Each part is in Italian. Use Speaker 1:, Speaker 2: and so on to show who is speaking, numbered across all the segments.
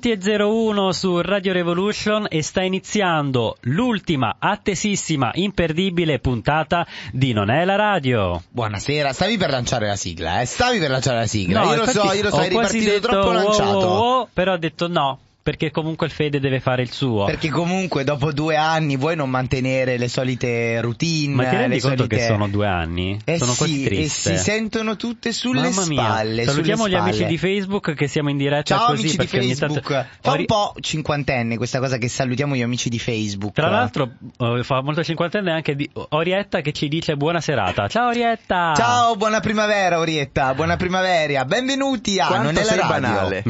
Speaker 1: 20.01 su Radio Revolution e sta iniziando l'ultima, attesissima, imperdibile puntata di Non è la radio.
Speaker 2: Buonasera, stavi per lanciare la sigla, eh? Stavi per lanciare la sigla. io lo
Speaker 1: infatti
Speaker 2: so, io lo so,
Speaker 1: ho
Speaker 2: hai
Speaker 1: quasi
Speaker 2: ripartito
Speaker 1: detto
Speaker 2: troppo
Speaker 1: wow,
Speaker 2: lanciato.
Speaker 1: wow, wow, però ho detto no, perché comunque il Fede deve fare il suo.
Speaker 2: Perché comunque dopo due anni vuoi non mantenere le solite routine.
Speaker 1: Ma ti rendi
Speaker 2: le
Speaker 1: conto
Speaker 2: solite-
Speaker 1: che sono due anni?
Speaker 2: Eh
Speaker 1: sono
Speaker 2: sì,
Speaker 1: così triste.
Speaker 2: E si sentono tutte sulle
Speaker 1: Mamma mia.
Speaker 2: spalle.
Speaker 1: Salutiamo
Speaker 2: sulle
Speaker 1: gli amici
Speaker 2: spalle.
Speaker 1: di Facebook che siamo in diretta
Speaker 2: Ciao
Speaker 1: così
Speaker 2: amici di
Speaker 1: perché ogni tanto-
Speaker 2: Facebook. Fa
Speaker 1: Ho ri-
Speaker 2: un po' cinquantenne questa cosa che salutiamo gli amici di Facebook.
Speaker 1: Tra l'altro eh, fa molto cinquantenne anche di Orietta che ci dice buona serata. Ciao Orietta!
Speaker 2: Ciao, buona primavera Orietta, buona primavera. Benvenuti a
Speaker 3: Quanto
Speaker 2: Non è la
Speaker 3: sei
Speaker 2: radio.
Speaker 3: banale.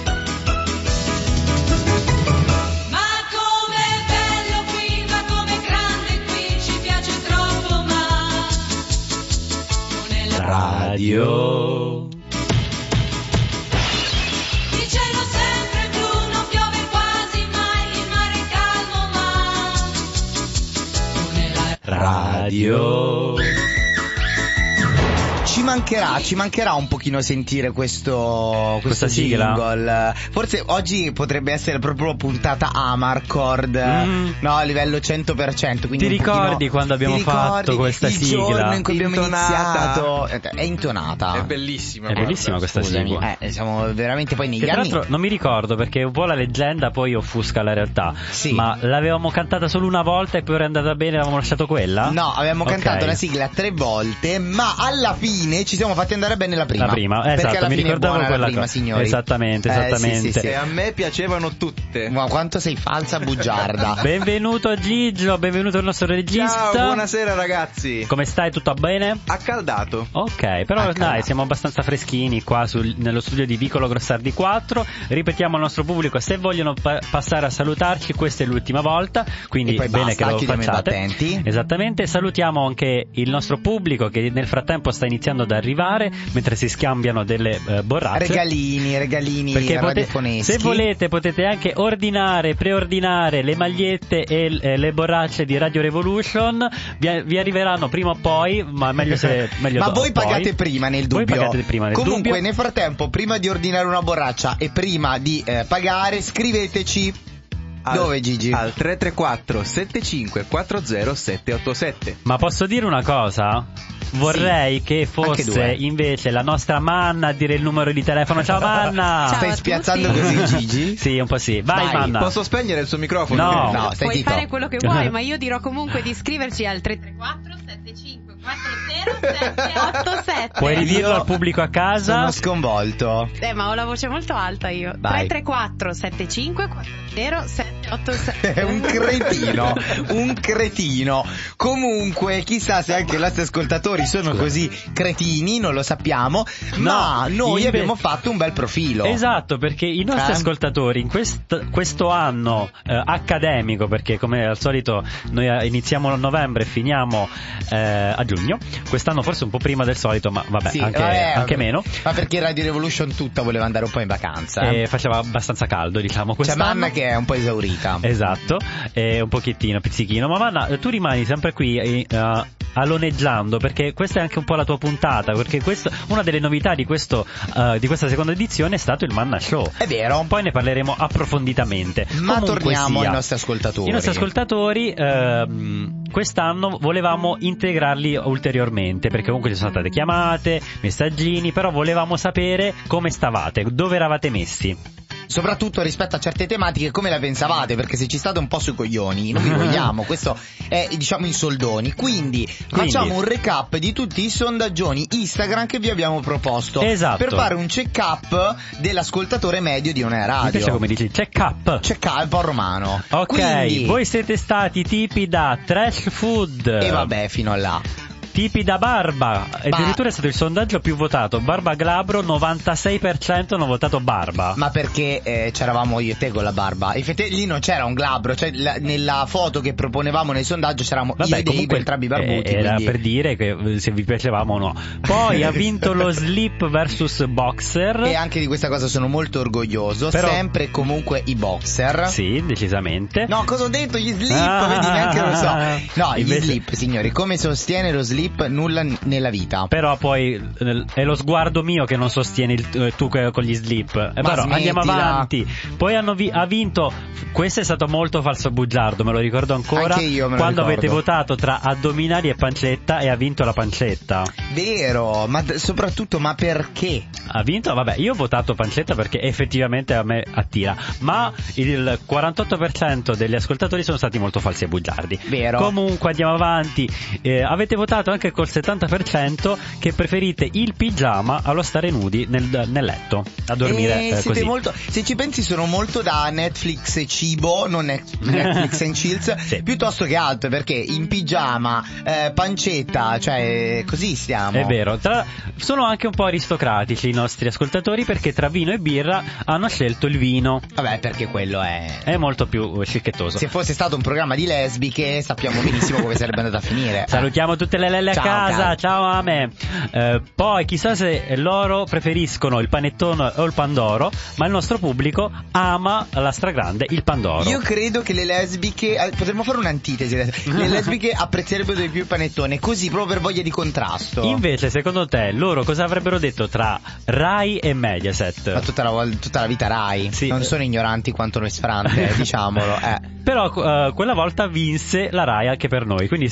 Speaker 4: Ma com'è bello qui, ma com'è grande qui, ci piace troppo, ma non è la
Speaker 1: Radio.
Speaker 4: Il cielo sempre blu, non piove quasi mai, il mare è calmo, ma non è la
Speaker 1: Radio.
Speaker 2: Ci mancherà, ci mancherà un pochino sentire questo, questo
Speaker 1: Questa sigla?
Speaker 2: jingle. Forse oggi potrebbe essere proprio puntata Amarcord,
Speaker 1: Mm.
Speaker 2: no, a livello 100%. Quindi
Speaker 1: Ti
Speaker 2: un pochino-
Speaker 1: ricordi quando abbiamo
Speaker 2: ti ricordi
Speaker 1: fatto questa
Speaker 2: il
Speaker 1: sigla?
Speaker 2: giorno in cui abbiamo
Speaker 3: Intonata.
Speaker 2: iniziato. È intonata.
Speaker 3: È bellissima.
Speaker 1: È bellissima
Speaker 3: guarda.
Speaker 1: questa
Speaker 2: Scusami,
Speaker 1: sigla.
Speaker 2: eh, siamo veramente poi negli
Speaker 1: Che tra
Speaker 2: anni.
Speaker 1: l'altro non mi ricordo perché un po' la leggenda poi offusca la realtà.
Speaker 2: Sì.
Speaker 1: Ma l'avevamo cantata solo una volta e poi era andata bene, avevamo lasciato quella?
Speaker 2: No, avevamo
Speaker 1: Ok.
Speaker 2: cantato la sigla tre volte, ma alla fine ci siamo fatti andare bene la prima.
Speaker 1: La prima, eh,
Speaker 2: Perché
Speaker 1: esatto,
Speaker 2: alla
Speaker 1: mi
Speaker 2: fine è
Speaker 1: ricordavo
Speaker 2: buona
Speaker 1: quella
Speaker 2: la prima,
Speaker 1: cosa.
Speaker 2: signori.
Speaker 1: Esattamente,
Speaker 2: Eh, sì, sì,
Speaker 1: esattamente.
Speaker 2: sì.
Speaker 3: E a me piacevano tutte.
Speaker 2: Ma quanto sei falsa bugiarda.
Speaker 1: Benvenuto Gigio, benvenuto il nostro regista.
Speaker 3: Ciao, buonasera ragazzi.
Speaker 1: Come stai? Tutto bene?
Speaker 3: Accaldato.
Speaker 1: Ok, però
Speaker 2: Ah,
Speaker 1: dai,
Speaker 2: cavolo.
Speaker 1: siamo abbastanza freschini qua sul- nello studio di Vicolo Grossardi 4. Ripetiamo al nostro pubblico, se vogliono pa- passare a salutarci, questa è l'ultima volta, quindi
Speaker 2: E poi
Speaker 1: bene
Speaker 2: basta,
Speaker 1: che lo
Speaker 2: chiudiamo i
Speaker 1: facciate.
Speaker 2: battenti.
Speaker 1: Esattamente, salutiamo anche il nostro pubblico che nel frattempo sta iniziando ad arrivare mentre si scambiano delle eh, borracce.
Speaker 2: Regalini, regalini
Speaker 1: Perché pote-
Speaker 2: radiofoneschi.
Speaker 1: se volete potete anche ordinare, preordinare le magliette e l- eh, le borracce di Radio Revolution, vi, vi arriveranno prima o poi, ma meglio se meglio
Speaker 2: Ma
Speaker 1: do-
Speaker 2: voi
Speaker 1: poi.
Speaker 2: pagate prima nel
Speaker 1: Voi
Speaker 2: dubbio.
Speaker 1: pagate prima nel
Speaker 2: Comunque,
Speaker 1: dubbio.
Speaker 2: nel frattempo, prima di ordinare una borraccia e prima di eh, pagare, scriveteci.
Speaker 3: Al-
Speaker 2: Dove Gigi?
Speaker 3: Al 334 75 40 787.
Speaker 1: Ma posso dire una cosa? Vorrei che
Speaker 2: due.
Speaker 1: fosse invece la nostra Manna a dire il numero di telefono. Ciao Manna!
Speaker 5: Ciao.
Speaker 2: Stai
Speaker 5: a
Speaker 2: spiazzando
Speaker 5: tutti.
Speaker 2: così Gigi?
Speaker 1: Sì, un po' sì. Vai,
Speaker 2: Vai,
Speaker 1: Manna!
Speaker 3: Posso spegnere il suo microfono?
Speaker 1: No.
Speaker 2: No, stai
Speaker 5: Puoi
Speaker 2: zitto.
Speaker 5: fare quello che vuoi, ma io dirò comunque di iscriverci al
Speaker 4: 4 7 5 4 0 7 8
Speaker 5: 3387.
Speaker 1: Puoi ridirlo
Speaker 2: Io
Speaker 1: al pubblico a casa?
Speaker 2: Sono sconvolto.
Speaker 5: Eh, ma ho la voce molto alta io.
Speaker 2: Vai.
Speaker 5: 334 75 40 787.
Speaker 2: È un cretino, un cretino. Comunque, chissà se anche i nostri ascoltatori sono così cretini, non lo sappiamo. ma
Speaker 1: No,
Speaker 2: noi
Speaker 1: inve-
Speaker 2: abbiamo fatto un bel profilo.
Speaker 1: Esatto, perché i nostri
Speaker 2: Eh?
Speaker 1: ascoltatori in quest- questo anno eh, accademico, perché come al solito noi eh, iniziamo a novembre e finiamo eh, a giugno, quest'anno forse un po' prima del solito, ma vabbè,
Speaker 2: Sì,
Speaker 1: anche,
Speaker 2: vabbè,
Speaker 1: anche meno,
Speaker 2: Ma perché Radio Revolution tutta voleva andare un po' in vacanza.
Speaker 1: eh, faceva abbastanza caldo, diciamo,
Speaker 2: C'è
Speaker 1: quest'anno.
Speaker 2: Cioè, mamma che è un po' esaurita.
Speaker 1: Esatto, eh, un pochettino, pizzichino. Ma Vanna, tu rimani sempre qui eh, eh, aloneggiando perché questa è anche un po' la tua puntata. Perché questo- una delle novità di, questo, eh, di questa seconda edizione è stato il Manna Show.
Speaker 2: È vero.
Speaker 1: Poi ne parleremo approfonditamente.
Speaker 2: Ma
Speaker 1: Comunque
Speaker 2: torniamo
Speaker 1: sia,
Speaker 2: ai nostri ascoltatori.
Speaker 1: I nostri ascoltatori ehm, quest'anno volevamo integrarli ulteriormente perché comunque ci sono state chiamate, messaggini, però volevamo sapere come stavate, dove eravate messi.
Speaker 2: Soprattutto rispetto a certe tematiche, come la pensavate? Perché se ci state un po' sui coglioni, non vi vogliamo. Questo è, diciamo, in soldoni. Quindi, facciamo un recap di tutti i sondaggioni Instagram che vi abbiamo proposto.
Speaker 1: Esatto.
Speaker 2: Per fare un check-up dell'ascoltatore medio di una
Speaker 1: Mi piace
Speaker 2: radio.
Speaker 1: come dici, check up.
Speaker 2: Check-up è un po' romano.
Speaker 1: Ok,
Speaker 2: Quindi-
Speaker 1: voi siete stati tipi da trash food,
Speaker 2: E vabbè, fino a là.
Speaker 1: tipi da barba,
Speaker 2: Ma-
Speaker 1: addirittura è stato il sondaggio più votato, Barba Glabro 96% hanno votato barba.
Speaker 2: Ma perché eh, c'eravamo io e te con la barba? Effettivamente lì non c'era un glabro, cioè la- nella foto che proponevamo nel sondaggio c'eravamo io e Dave entrambi barbuti.
Speaker 1: eh, era
Speaker 2: quindi-
Speaker 1: per dire che eh, se vi piacevamo o no. Poi ha vinto lo slip versus
Speaker 2: E
Speaker 1: boxer.
Speaker 2: anche di questa cosa sono molto orgoglioso,
Speaker 1: Però-
Speaker 2: sempre e comunque i boxer.
Speaker 1: Sì, decisamente.
Speaker 2: No, cosa ho detto? Gli slip,
Speaker 1: Ah,
Speaker 2: vedi, neanche lo so. No,
Speaker 1: invece-
Speaker 2: gli slip, signori, come sostiene lo slip clip nulla n- nella vita.
Speaker 1: Però poi eh, è lo sguardo mio che non sostiene il, eh, tu che- con gli slip. Eh,
Speaker 2: Ma
Speaker 1: Però andiamo
Speaker 2: smettila.
Speaker 1: avanti. Poi hanno vi- ha vinto. Questo è stato molto falso bugiardo, me lo ricordo ancora.
Speaker 2: Anche io me lo ricordo.
Speaker 1: quando avete votato tra addominali e pancetta e ha vinto la pancetta.
Speaker 2: Vero, ma d- soprattutto, ma perché?
Speaker 1: Ha vinto? Vabbè, io ho votato pancetta perché effettivamente a me attira. Ma il 48% degli ascoltatori sono stati molto falsi e bugiardi.
Speaker 2: Vero.
Speaker 1: Comunque andiamo avanti. Eh, avete votato anche col 70% che preferite il pigiama allo stare nudi nel, nel letto, a dormire
Speaker 2: Eh,
Speaker 1: eh,
Speaker 2: siete
Speaker 1: così.
Speaker 2: molto- se ci pensi sono molto da Netflix e cibo, non Net- Netflix and chills,
Speaker 1: Sì.
Speaker 2: piuttosto che altro, perché in pigiama, eh, pancetta, cioè così stiamo.
Speaker 1: È vero, tra- sono anche un po' aristocratici i nostri ascoltatori perché tra vino e birra hanno scelto il vino.
Speaker 2: Vabbè, perché quello è...
Speaker 1: È molto più eh, cicchettoso.
Speaker 2: Se fosse stato un programma di lesbiche sappiamo benissimo come sarebbe andata a finire.
Speaker 1: Salutiamo tutte le lelle
Speaker 2: Ciao,
Speaker 1: a casa,
Speaker 2: cari.
Speaker 1: ciao a me. Eh, poi chissà se loro preferiscono il panettone o il pandoro, ma il nostro pubblico ama alla stragrande il pandoro.
Speaker 2: Io credo che le lesbiche, eh, potremmo fare un'antitesi, le lesbiche apprezzerebbero di più il panettone, così proprio per voglia di contrasto.
Speaker 1: Invece, secondo te, loro cosa avrebbero detto tra Rai e Mediaset?
Speaker 2: Ma tutta la, vol- tutta la vita Rai,
Speaker 1: Sì.
Speaker 2: non sono ignoranti quanto noi sfrante, diciamolo. Eh.
Speaker 1: Però eh, quella volta vinse la Rai anche per noi, quindi il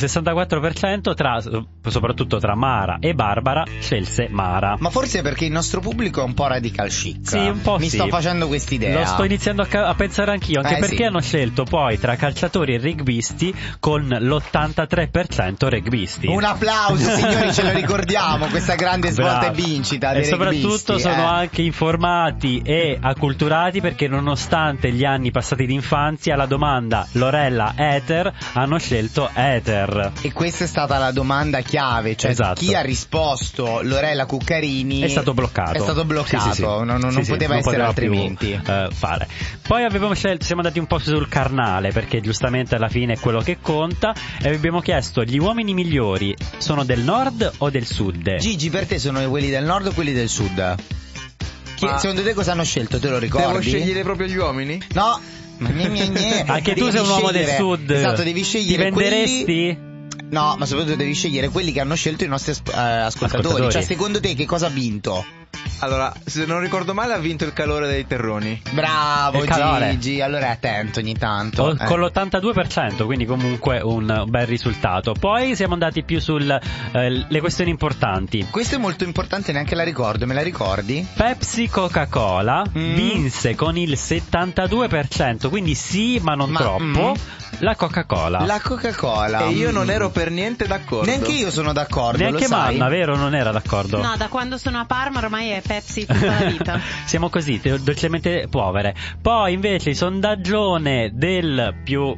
Speaker 1: 64% tra, soprattutto tra Mara e Barbara scelse Mara.
Speaker 2: Ma forse perché il nostro pubblico è un po' radical chic.
Speaker 1: Sì, un po'
Speaker 2: Mi
Speaker 1: sì.
Speaker 2: sto facendo quest'idea.
Speaker 1: Lo sto iniziando a, ca- a pensare anch'io, anche
Speaker 2: Eh,
Speaker 1: perché
Speaker 2: sì.
Speaker 1: hanno scelto poi tra calciatori e rugbisti con l'83% rugbisti.
Speaker 2: Un applauso, signori, ce lo ricordiamo, questa grande svolta
Speaker 1: Brava.
Speaker 2: e vincita.
Speaker 1: E
Speaker 2: dei
Speaker 1: soprattutto
Speaker 2: rugbisti,
Speaker 1: sono
Speaker 2: eh.
Speaker 1: anche informati e acculturati perché nonostante gli anni passati d'infanzia, la domanda Lorella Ether hanno scelto Ether.
Speaker 2: E questa è stata la domanda chiave, cioè
Speaker 1: Esatto.
Speaker 2: chi ha risposto Lorella Cuccarini
Speaker 1: È stato bloccato.
Speaker 2: È stato bloccato,
Speaker 1: Sì, sì, sì.
Speaker 2: non, non- non
Speaker 1: Sì, sì,
Speaker 2: poteva essere
Speaker 1: poteva
Speaker 2: altrimenti.
Speaker 1: più, eh, fare. Poi abbiamo scelto, siamo andati un po' sul carnale perché giustamente alla fine è quello che conta e abbiamo chiesto gli uomini migliori sono del nord o del sud?
Speaker 2: Gigi, per te sono quelli del nord o quelli del sud? Chi-
Speaker 3: Ma-
Speaker 2: secondo te cosa hanno scelto? Te lo ricordi?
Speaker 3: Devo scegliere proprio gli uomini?
Speaker 2: No. Gne, gne, gne.
Speaker 1: Anche tu
Speaker 2: Devi
Speaker 1: sei un uomo del
Speaker 2: scegliere.
Speaker 1: sud.
Speaker 2: Esatto, devi
Speaker 1: Ti
Speaker 2: scegliere
Speaker 1: venderesti?
Speaker 2: quelli No, ma soprattutto devi scegliere quelli che hanno scelto i nostri as- eh, ascoltatori.
Speaker 1: Ascoltatori.
Speaker 2: Cioè, secondo te che cosa ha vinto?
Speaker 3: Allora, se non ricordo male ha vinto il calore dei terroni.
Speaker 2: Bravo
Speaker 1: Il calore.
Speaker 2: Gigi, allora è attento ogni tanto.
Speaker 1: O-
Speaker 2: eh.
Speaker 1: Con l'82%, quindi comunque un bel risultato. Poi siamo andati più sulle questioni importanti.
Speaker 2: Questo è molto importante, neanche la ricordo, me la ricordi?
Speaker 1: Pepsi Coca-Cola
Speaker 2: Mm.
Speaker 1: vinse con il 72%, quindi sì, ma non
Speaker 2: Ma-
Speaker 1: troppo,
Speaker 2: mm.
Speaker 1: la Coca-Cola.
Speaker 2: La Coca-Cola.
Speaker 3: E io
Speaker 2: Mm.
Speaker 3: non ero per niente d'accordo.
Speaker 2: Neanche io sono d'accordo,
Speaker 1: Neanche
Speaker 2: lo sai.
Speaker 1: Manna, vero? Non era d'accordo.
Speaker 5: No, da quando sono a Parma ormai è Pepsi tutta la vita.
Speaker 1: Siamo così, te- dolcemente povere. Poi invece il sondaggione del più,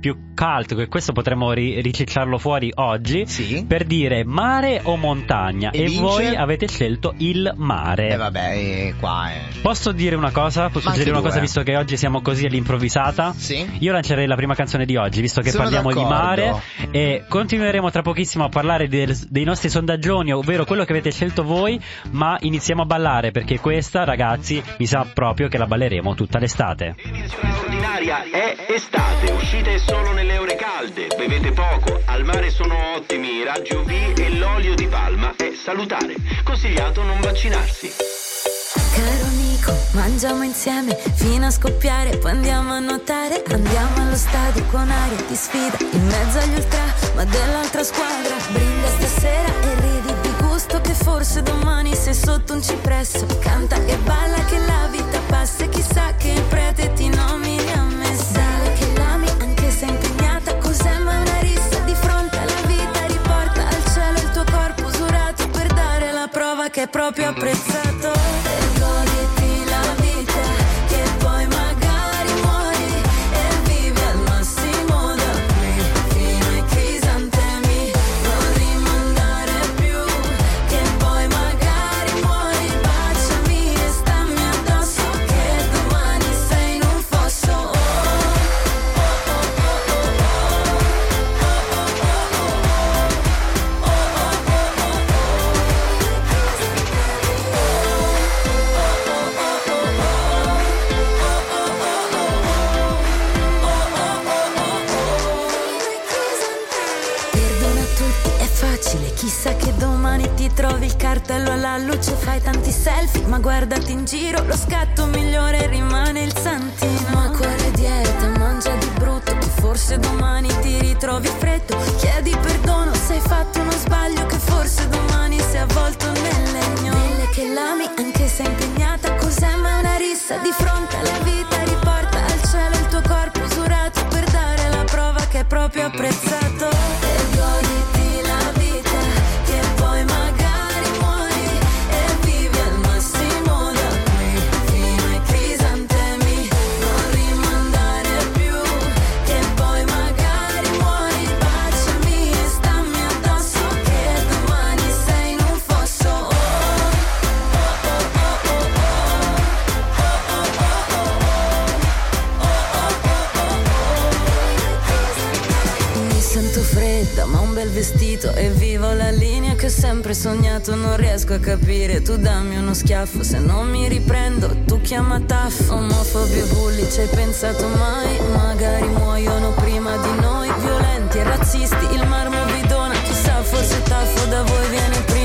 Speaker 1: più cult, che questo potremmo ri- ricicciarlo fuori oggi,
Speaker 2: Sì.
Speaker 1: per dire mare o montagna.
Speaker 2: E
Speaker 1: E,
Speaker 2: vince?
Speaker 1: voi avete scelto il mare.
Speaker 2: E vabbè, eh, qua è.
Speaker 1: Posso dire una cosa? Posso
Speaker 2: Ma anche
Speaker 1: suggerire una cosa
Speaker 2: due.
Speaker 1: visto che oggi siamo così all'improvvisata?
Speaker 2: Sì?
Speaker 1: Io lancerei la prima canzone di oggi, visto che
Speaker 2: Sono
Speaker 1: parliamo di
Speaker 2: d'accordo.
Speaker 1: mare e continueremo tra pochissimo a parlare del- dei nostri sondaggioni, ovvero quello che avete scelto voi, ma iniziamo a ballare perché questa, ragazzi, mi sa proprio che la balleremo tutta l'estate.
Speaker 6: straordinaria è estate, uscite solo nelle ore calde, bevete poco, al mare sono ottimi i raggi UV e l'olio di palma è salutare. Consigliato non vaccinarsi.
Speaker 7: Caro amico, mangiamo insieme fino a scoppiare, poi andiamo a nuotare, andiamo allo stadio con aria di sfida, in mezzo agli ultra, ma dell'altra squadra. Brinda stasera e ridi di gusto che forse domani sei sotto un cipresso. Canta e balla che la vita passa e chissà che il prete ti nomini a me. Sale che l'ami anche se impegnata, cos'è ma una rissa di fronte alla vita riporta al cielo il tuo corpo usurato per dare la prova che è proprio apprezzato. E goditi la vita, che poi magari muori e vivi al massimo da qui fino ai crisantemi. Non rimandare più, che poi magari muori. Baciami e stammi addosso, che domani sei in un fosso. Oh, oh. Così ti trovi il cartello alla luce, fai tanti selfie, ma guardati in giro, lo scatto migliore rimane il santino. Ma quale dieta mangia di brutto, che forse domani ti ritrovi freddo, chiedi perdono se hai fatto uno sbaglio, che forse domani sei avvolto nel legno. Mille che l'ami anche se impegnata, cos'è ma è una rissa di fronte alla vita, riporta al cielo il tuo corpo usurato per dare la prova che è proprio apprezzato. E goditi la vita, che poi magari muori e vivi al massimo da qui fino ai crisantemi. Non rimandare più, che poi magari muori. Baciami e stammi addosso, che domani sei in un fosso. Oh. oh, Mi sento fredda, ma un bel vestito e vivo la linea che ho sempre sognato. Non riesco a capire, tu dammi uno schiaffo. Se non mi riprendo, tu chiama taffo. Omofobi e bulli, ci hai pensato mai? Magari muoiono prima di noi. Violenti e razzisti, il marmo vi dona. Chissà, forse taffo da voi viene prima.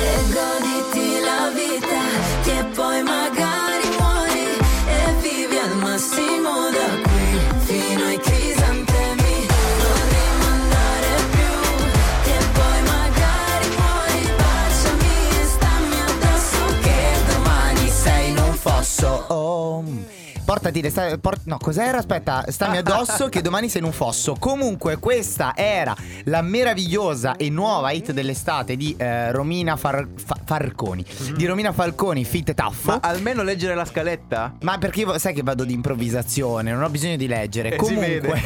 Speaker 7: E goditi la vita, che poi magari muori e vivi al massimo da qui fino ai crisantemi. Non rimandare più, che poi magari muori. Baciami e stammi addosso, che domani sei in un
Speaker 2: Non fosso. Oh. Portati le sta- por- no, cos'era? Aspetta, stammi addosso che domani sei in un fosso. Comunque, questa era la meravigliosa e nuova hit dell'estate di eh, Romina Far- Fa- Farconi. Di Romina Falconi, fit taffo.
Speaker 3: Mm-hmm. Ma
Speaker 2: Ma,
Speaker 3: almeno leggere la scaletta?
Speaker 2: perché io sai che vado di improvvisazione, non ho bisogno di leggere.
Speaker 3: Eh, si
Speaker 2: comunque,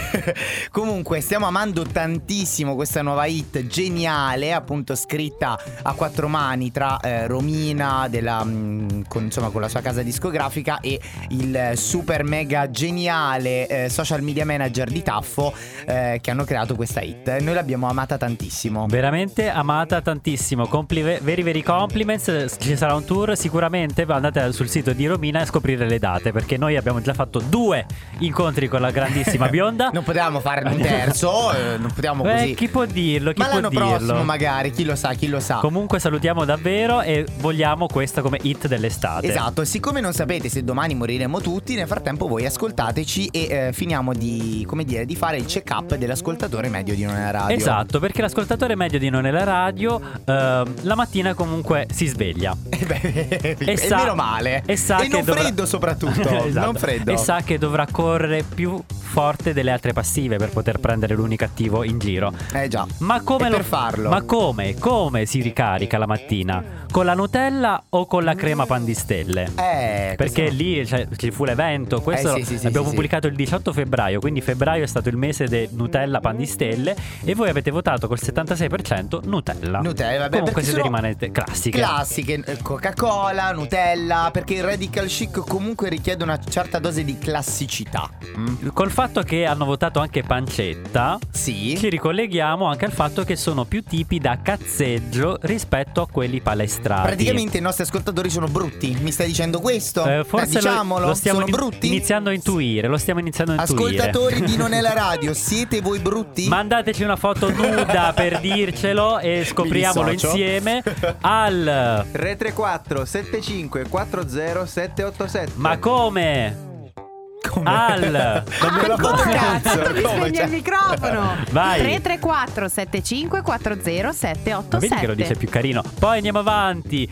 Speaker 2: comunque, stiamo amando tantissimo questa nuova hit geniale, appunto scritta a quattro mani tra eh, Romina, della, mm, con, insomma, con la sua casa discografica, e il eh, super mega geniale eh, social media manager di Taffo eh, che hanno creato questa hit. Eh, Noi l'abbiamo amata tantissimo.
Speaker 1: Veramente amata tantissimo. Compli- ve- veri veri compliments. Ci sarà un tour. Sicuramente andate sul sito di Romina e scoprire le date. Perché noi abbiamo già fatto due incontri con la grandissima bionda.
Speaker 2: Non potevamo farne un terzo, eh, non potevamo
Speaker 1: Beh,
Speaker 2: così.
Speaker 1: chi può dirlo? Chi
Speaker 2: Ma
Speaker 1: può
Speaker 2: l'anno
Speaker 1: dirlo?
Speaker 2: prossimo magari, chi lo sa, chi lo sa.
Speaker 1: Comunque salutiamo davvero e vogliamo questa come hit dell'estate.
Speaker 2: Esatto, siccome non sapete se domani moriremo tutti, nel frattempo voi ascoltateci e eh, finiamo di, come dire, di fare il check-up dell'ascoltatore medio di Non è Radio.
Speaker 1: Esatto, perché l'ascoltatore medio di Non è la radio ehm, la mattina comunque si sveglia.
Speaker 2: E, beh,
Speaker 1: E
Speaker 2: e
Speaker 1: sa-
Speaker 2: meno male.
Speaker 1: E, sa
Speaker 2: E
Speaker 1: che
Speaker 2: non
Speaker 1: dovrà-
Speaker 2: freddo soprattutto.
Speaker 1: Esatto.
Speaker 2: Non freddo.
Speaker 1: E sa che dovrà correre più forte delle altre passive per poter prendere l'unicattivo in giro.
Speaker 2: Eh già.
Speaker 1: Ma come
Speaker 2: E
Speaker 1: lo-
Speaker 2: per farlo?
Speaker 1: Ma come? Come si ricarica la mattina? Con la Nutella o con la crema pan di stelle?
Speaker 2: Eh,
Speaker 1: Perché
Speaker 2: questo-
Speaker 1: lì cioè, ci fu l'evento, questo
Speaker 2: sì, sì, sì,
Speaker 1: l'abbiamo
Speaker 2: sì, sì.
Speaker 1: pubblicato il 18 febbraio, quindi febbraio è stato il mese del Nutella pan di stelle e voi avete votato col 76% Nutella.
Speaker 2: Nutella, vabbè,
Speaker 1: Comunque
Speaker 2: perché
Speaker 1: siete
Speaker 2: sono
Speaker 1: rimanete classiche.
Speaker 2: Classiche, eh, Coca-Cola, Nutella, perché il radical chic comunque richiede una certa dose di classicità.
Speaker 1: Ah,
Speaker 2: Mm?
Speaker 1: Col fatto che hanno votato anche pancetta,
Speaker 2: Sì.
Speaker 1: ci ricolleghiamo anche al fatto che sono più tipi da cazzeggio rispetto a quelli palestrati.
Speaker 2: Praticamente i nostri ascoltatori sono brutti. Mi stai dicendo questo?
Speaker 1: Eh,
Speaker 2: Dai,
Speaker 1: forse lo-
Speaker 2: diciamolo,
Speaker 1: lo, stiamo
Speaker 2: sono
Speaker 1: in-
Speaker 2: brutti.
Speaker 1: iniziando a intuire, lo stiamo iniziando a intuire.
Speaker 2: Ascoltatori di Non è la radio, siete voi brutti?
Speaker 1: Mandateci una foto nuda per dircelo e scopriamolo
Speaker 2: Mi dissocio.
Speaker 1: insieme al
Speaker 3: Re 34 75 40 787
Speaker 1: Ma come?
Speaker 2: Come?
Speaker 1: Al-
Speaker 2: Non me la foto cazzo,
Speaker 5: Mi
Speaker 2: come,
Speaker 5: spegne
Speaker 2: cioè?
Speaker 5: il microfono
Speaker 1: Vai.
Speaker 5: 334 75 40 787
Speaker 1: Vedi che lo dice più carino. Poi andiamo avanti.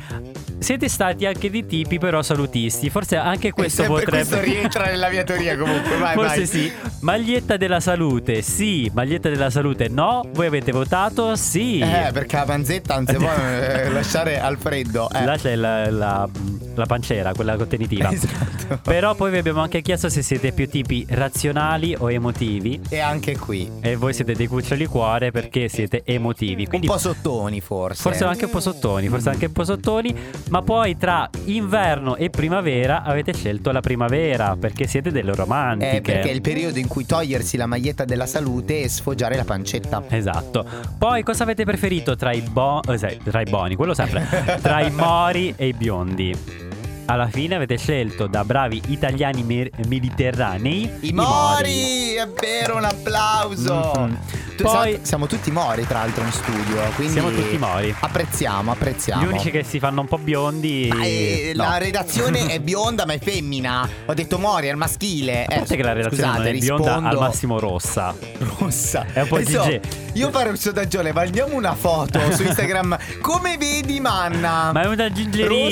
Speaker 1: Siete stati anche di tipi però salutisti. Forse anche questo
Speaker 2: Sempre
Speaker 1: potrebbe
Speaker 2: questo rientra nella mia teoria comunque, vai,
Speaker 1: Forse
Speaker 2: vai.
Speaker 1: sì. Maglietta della salute, sì. Maglietta della salute, no. Voi avete votato, sì.
Speaker 2: Eh, perché la panzetta non si può eh, lasciare al freddo. Eh.
Speaker 1: Là c'è la, la- la pancera, quella contenitiva.
Speaker 2: Esatto.
Speaker 1: Però poi vi abbiamo anche chiesto se siete più tipi razionali o emotivi.
Speaker 2: E anche qui.
Speaker 1: E voi siete dei cuccioli cuore perché siete emotivi.
Speaker 2: Un
Speaker 1: Quindi
Speaker 2: po' sottoni forse.
Speaker 1: forse anche un po' sottoni, forse anche un po' sottoni. ma poi tra inverno e primavera avete scelto la primavera perché siete delle romantiche.
Speaker 2: Eh, perché è il periodo in cui togliersi la maglietta della salute e sfoggiare la pancetta.
Speaker 1: Esatto. Poi cosa avete preferito tra i, bo- eh, sai, tra i boni, quello sempre, tra i mori e i biondi? Alla fine avete scelto da bravi italiani mer- mediterranei
Speaker 2: I mori! Mm-hmm. È vero, un applauso!
Speaker 1: Mhm.
Speaker 2: Tu-
Speaker 1: Poi-
Speaker 2: sa- siamo tutti mori, tra l'altro, in studio. Quindi
Speaker 1: Siamo tutti mori.
Speaker 2: Apprezziamo, apprezziamo.
Speaker 1: Gli unici che si fanno un po' biondi.
Speaker 2: Ma, eh,
Speaker 1: no.
Speaker 2: La redazione è bionda ma è femmina. Ho detto Mori, è il maschile.
Speaker 1: A parte che la relazione
Speaker 2: Eh, scusate,
Speaker 1: non è bionda,
Speaker 2: rispondo-
Speaker 1: al massimo rossa.
Speaker 2: rossa.
Speaker 1: È un po'
Speaker 2: Adesso,
Speaker 1: GG.
Speaker 2: Io farò un sondaggione, mandiamo una foto su Instagram. Come vedi, Manna?
Speaker 1: Ma è
Speaker 2: Rossa,
Speaker 1: una
Speaker 3: Io
Speaker 1: gingerina.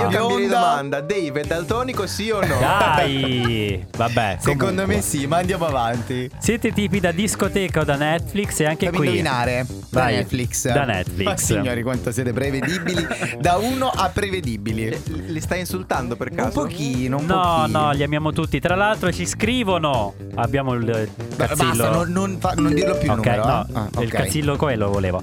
Speaker 2: io-
Speaker 3: cambierei
Speaker 2: Bionda.
Speaker 3: domanda. Dave è daltonico sì o no?
Speaker 1: Dai, vabbè.
Speaker 2: Secondo
Speaker 1: comunque.
Speaker 2: me sì, ma andiamo avanti.
Speaker 1: Siete tipi da discoteca o da Netflix e anche
Speaker 2: Fammi
Speaker 1: qui.
Speaker 2: indovinare da
Speaker 1: Vai.
Speaker 2: Netflix.
Speaker 1: Da Netflix.
Speaker 2: Ma signori, quanto siete prevedibili. da uno a prevedibili.
Speaker 3: Li stai insultando per
Speaker 2: Un
Speaker 3: caso?
Speaker 2: pochino, un
Speaker 1: No,
Speaker 2: pochino.
Speaker 1: no, li amiamo tutti. Tra l'altro ci scrivono. Abbiamo il eh,
Speaker 2: Beh,
Speaker 1: cazzillo.
Speaker 2: Basta, non, non fa- non dirlo più il
Speaker 1: ok,
Speaker 2: numero.
Speaker 1: no,
Speaker 2: eh. Ah,
Speaker 1: il
Speaker 2: ok.
Speaker 1: cazzillo quello volevo.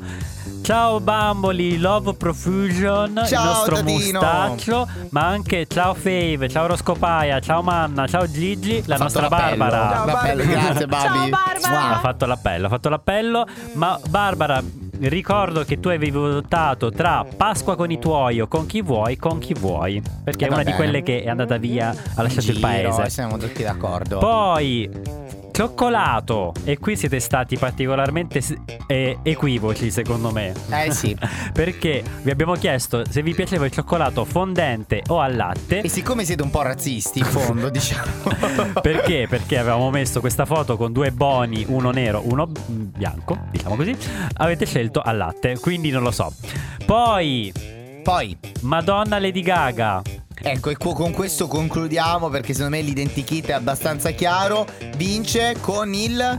Speaker 1: Ciao bamboli, love profusion,
Speaker 2: Ciao,
Speaker 1: il nostro
Speaker 2: Dadino.
Speaker 1: mustaccio, ma anche ciao Fave, ciao Roscopaia, ciao Manna, ciao Gigi, la
Speaker 2: Ho fatto
Speaker 1: nostra
Speaker 2: l'appello.
Speaker 1: Barbara.
Speaker 2: Ciao, L'appello,
Speaker 3: Barbara.
Speaker 2: grazie Babi.
Speaker 8: Ciao, Barbara.
Speaker 1: Ha
Speaker 2: Wow.
Speaker 1: fatto l'appello, ha fatto l'appello. Ma Barbara, ricordo che tu avevi votato tra Pasqua con i tuoi o con chi vuoi, con chi vuoi. Perché
Speaker 2: Eh,
Speaker 1: è
Speaker 2: va
Speaker 1: una di
Speaker 2: bene.
Speaker 1: quelle che è andata via, ha lasciato il
Speaker 2: Giro,
Speaker 1: paese.
Speaker 2: Siamo tutti d'accordo.
Speaker 1: Poi cioccolato. E qui siete stati particolarmente s- eh, equivoci, secondo me.
Speaker 2: eh sì.
Speaker 1: Perché vi abbiamo chiesto se vi piaceva il cioccolato fondente o al latte.
Speaker 2: E siccome siete un po' razzisti in fondo, diciamo.
Speaker 1: Perché? Perché avevamo messo questa foto con due boni, uno nero, uno bianco, diciamo così. Avete scelto al latte, quindi non lo so. Poi,
Speaker 2: Poi,
Speaker 1: Madonna Lady Gaga.
Speaker 2: ecco, e co- con questo concludiamo perché secondo me l'identikit è abbastanza chiaro. Vince con il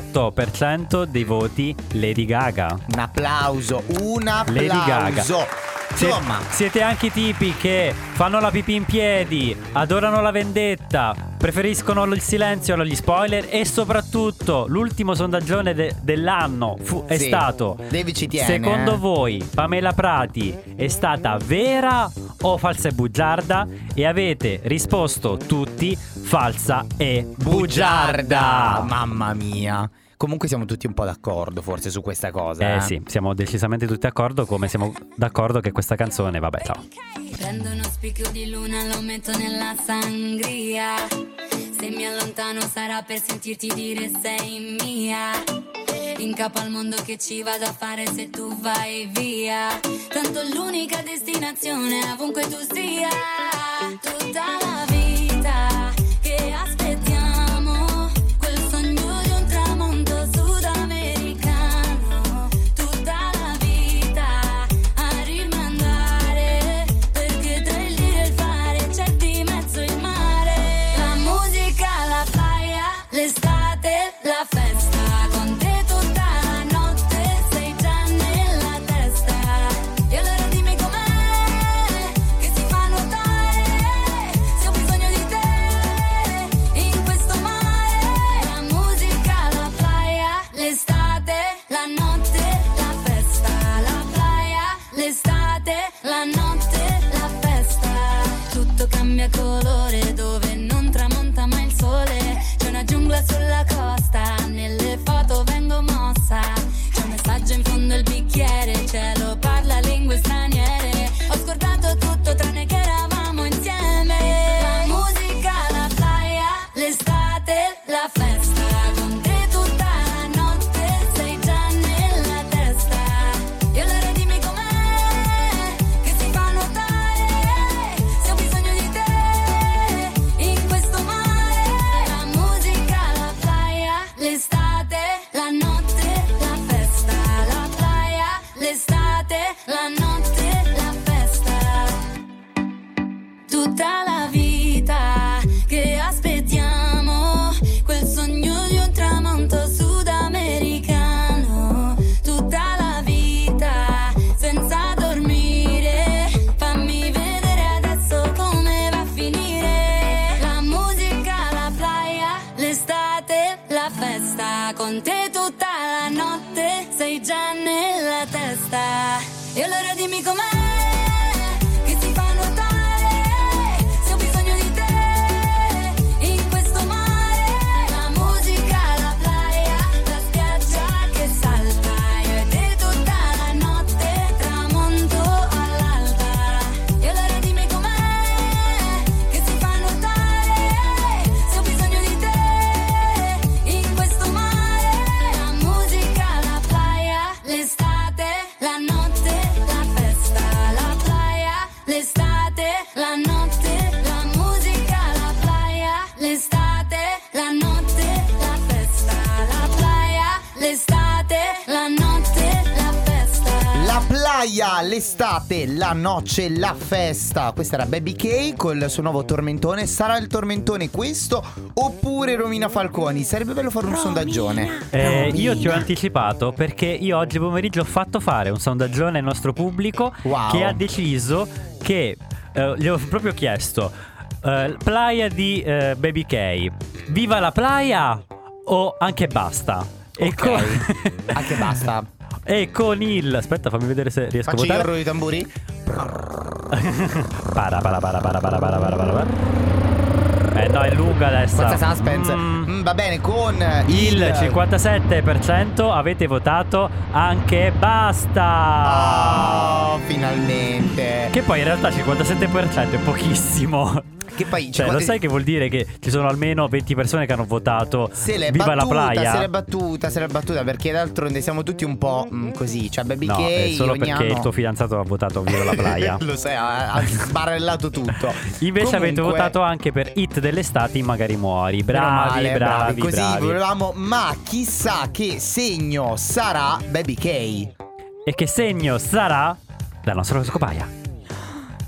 Speaker 1: 68% dei voti Lady Gaga.
Speaker 2: un applauso, un
Speaker 1: Lady Gaga.
Speaker 2: applauso.
Speaker 1: Sie-
Speaker 2: Insomma,
Speaker 1: siete anche i tipi che fanno la pipì in piedi, adorano la vendetta, preferiscono il silenzio agli spoiler e soprattutto l'ultimo sondaggione de- dell'anno fu- è
Speaker 2: Sì,
Speaker 1: stato
Speaker 2: David ci tiene,
Speaker 1: Secondo
Speaker 2: eh.
Speaker 1: voi Pamela Prati è stata vera o falsa e bugiarda? E avete risposto tutti falsa e bugiarda.
Speaker 2: mamma mia. Comunque siamo tutti un po' d'accordo forse su questa cosa.
Speaker 1: Eh sì, siamo decisamente tutti d'accordo come siamo d'accordo che questa canzone, vabbè, ciao.
Speaker 9: Prendo uno spicchio di luna, lo metto nella sangria. Se mi allontano sarà per sentirti dire sei mia. In capo al mondo che ci vado a fare se tu vai via. Tanto l'unica destinazione è ovunque tu sia. Tutta la vita che aspettiamo. Quel sogno di un tramonto sudamericano. Tutta la vita a rimandare perché tra il dire e il fare c'è di mezzo il mare la musica, la paia, l'estate, la festa con te tutta la notte sei già nella testa e allora dimmi com'è che si fa notare se ho bisogno di te in questo mare la musica, la paia, l'estate, la notte, la festa la playa, l'estate, la notte, la festa. Tutto cambia colore dove non tramonta mai il sole. C'è una giungla sulla costa, nelle foto vengo mossa. C'è un messaggio in fondo al bicchiere, il cielo parla lingue straniere. Ho scordato tutto tranne che eravamo insieme. La musica, la playa, l'estate, la festa. Con te tutta la notte sei già nella testa. E allora dimmi com'è che si fa notare se ho bisogno di te in questo mare. La musica, la playa, l'estate, la notte, la festa. La playa, l'estate, la notte, la festa tutta la vita che aspettiamo quel sogno di un tramonto sudamericano tutta la vita senza dormire fammi vedere adesso come va a finire la musica la playa l'estate la festa con te tutta la notte sei già nella testa e allora dimmi com'è
Speaker 2: la playa, l'estate, la noce, la festa. Questa era Baby K col suo nuovo tormentone. Sarà il tormentone questo oppure Romina Falconi? Sarebbe bello fare un sondaggione.
Speaker 1: Eh, io ti ho anticipato perché io oggi pomeriggio ho fatto fare un sondaggione al nostro pubblico
Speaker 2: Wow.
Speaker 1: che ha deciso che eh, gli ho proprio chiesto eh, playa di eh, Baby K. Viva la playa o anche basta? E,
Speaker 2: Ok.
Speaker 1: con...
Speaker 2: Anche basta.
Speaker 1: e con il aspetta, fammi vedere se riesco
Speaker 2: Faccio
Speaker 1: a
Speaker 2: io il rullo
Speaker 1: votare.
Speaker 2: di tamburi?
Speaker 1: Para, para, para, para, para, para, para, para. Eh no, è lunga adesso.
Speaker 2: Forza suspense.
Speaker 1: Mm.
Speaker 2: Mm, va bene, con
Speaker 1: Il 57% avete votato anche basta.
Speaker 2: Oh, finalmente.
Speaker 1: Che poi in realtà il 57% è pochissimo.
Speaker 2: Che poi
Speaker 1: Cioè, lo
Speaker 2: 50
Speaker 1: sai che vuol dire che ci sono almeno 20 persone che hanno votato
Speaker 2: Se l'è
Speaker 1: Viva
Speaker 2: battuta,
Speaker 1: la playa.
Speaker 2: se l'è battuta, se l'è battuta perché d'altronde siamo tutti un po' mm, così, cioè Baby
Speaker 1: no,
Speaker 2: K
Speaker 1: è solo
Speaker 2: ogni
Speaker 1: perché
Speaker 2: anno-
Speaker 1: il tuo fidanzato ha votato Viva la playa.
Speaker 2: Lo sai, ha, ha sbarrellato tutto.
Speaker 1: Invece avete
Speaker 2: Comunque,
Speaker 1: votato anche per Hit dell'estate, magari muori.
Speaker 2: meno
Speaker 1: Bravi,
Speaker 2: male,
Speaker 1: bravi,
Speaker 2: Così
Speaker 1: bravi.
Speaker 2: volevamo, ma chissà che segno sarà Baby K.
Speaker 1: E che segno sarà la nostra scopaia?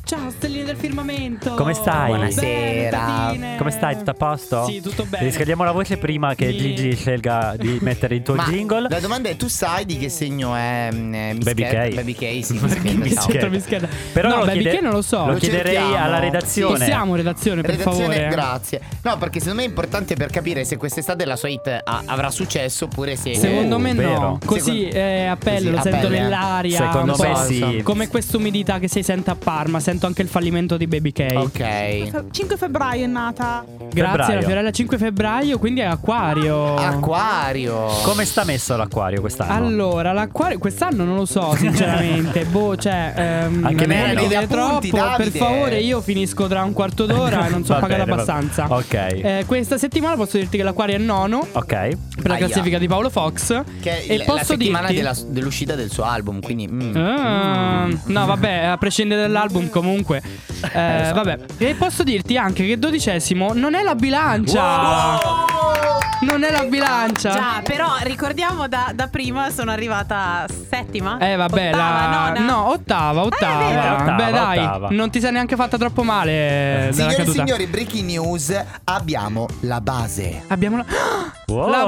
Speaker 10: Ciao, stelline del firmamento.
Speaker 1: Come stai?
Speaker 2: Buonasera.
Speaker 10: Bene,
Speaker 1: Come stai? Tutto a posto?
Speaker 10: Sì, tutto bene.
Speaker 1: Riscaldiamo la voce prima che
Speaker 10: Sì.
Speaker 1: Gigi scelga di mettere il tuo
Speaker 2: Ma
Speaker 1: jingle.
Speaker 2: la domanda è: tu sai di che segno è mm, eh, Miss
Speaker 1: Baby
Speaker 2: Cat?
Speaker 1: K.
Speaker 2: Baby K? Sì, Miss
Speaker 1: Perché
Speaker 2: Cat,
Speaker 1: mi
Speaker 2: ciao.
Speaker 1: sento-
Speaker 10: Sotto mi scheda.
Speaker 1: Però
Speaker 10: no,
Speaker 1: lo,
Speaker 10: Baby
Speaker 1: chiede-
Speaker 10: K non lo so.
Speaker 1: lo
Speaker 2: Lo
Speaker 1: chiederei
Speaker 2: cerchiamo.
Speaker 1: alla redazione.
Speaker 10: Possiamo, redazione, per
Speaker 2: Redazione,
Speaker 10: favore.
Speaker 2: grazie. No, perché secondo me è importante per capire se quest'estate la sua hit a- avrà successo oppure se.
Speaker 10: Secondo
Speaker 1: Uh,
Speaker 10: me
Speaker 1: vero.
Speaker 10: no. Così
Speaker 2: Secondo-
Speaker 10: eh,
Speaker 2: Così,
Speaker 10: appello, lo sento
Speaker 2: appello, eh.
Speaker 10: nell'aria.
Speaker 1: Secondo
Speaker 10: un po'
Speaker 1: me
Speaker 2: so,
Speaker 1: sì.
Speaker 10: Come questa umidità che si sente a Parma, sento anche il fallimento di Baby K.
Speaker 2: Ok.
Speaker 11: 5 Esatto. febbraio è nata.
Speaker 10: Grazie,
Speaker 1: Febbraio.
Speaker 10: la Fiorella 5 febbraio, quindi è acquario.
Speaker 2: Acquario.
Speaker 1: Come sta messo l'acquario quest'anno?
Speaker 10: Allora, l'acquario quest'anno non lo so, sinceramente. boh, cioè, ehm,
Speaker 1: Anche
Speaker 10: non è
Speaker 1: meno.
Speaker 10: da dire
Speaker 2: Degli appunti,
Speaker 10: troppo.
Speaker 2: Davide.
Speaker 10: Per favore, io finisco tra un quarto d'ora e non sono
Speaker 1: Va
Speaker 10: pagato
Speaker 1: bene, va-
Speaker 10: abbastanza.
Speaker 1: ok.
Speaker 10: Eh, questa settimana posso dirti che l'acquario è nono
Speaker 1: Ok.
Speaker 10: per la
Speaker 2: Aia.
Speaker 10: classifica di Paolo Fox.
Speaker 2: Che è
Speaker 10: e
Speaker 2: la-
Speaker 10: posso
Speaker 2: la settimana
Speaker 10: dirti.
Speaker 2: della- dell'uscita del suo album, quindi mm.
Speaker 10: Ah, no, vabbè, a prescindere dall'album, comunque. Eh, Vabbè, e posso dirti anche che dodicesimo non è la bilancia. Non è la bilancia.
Speaker 11: Già, però ricordiamo da, da prima sono arrivata settima.
Speaker 10: Eh vabbè,
Speaker 11: Ottava,
Speaker 10: la...
Speaker 11: nona.
Speaker 10: no, ottava,
Speaker 2: Ah,
Speaker 10: ottava.
Speaker 11: vero.
Speaker 1: Ottava,
Speaker 10: Beh, dai,
Speaker 1: ottava.
Speaker 10: non ti sei neanche fatta troppo male. eh, Dalla
Speaker 2: Signore e
Speaker 10: caduta.
Speaker 2: signori, breaking news, abbiamo la base.
Speaker 10: Abbiamo la.
Speaker 1: Wow.
Speaker 10: La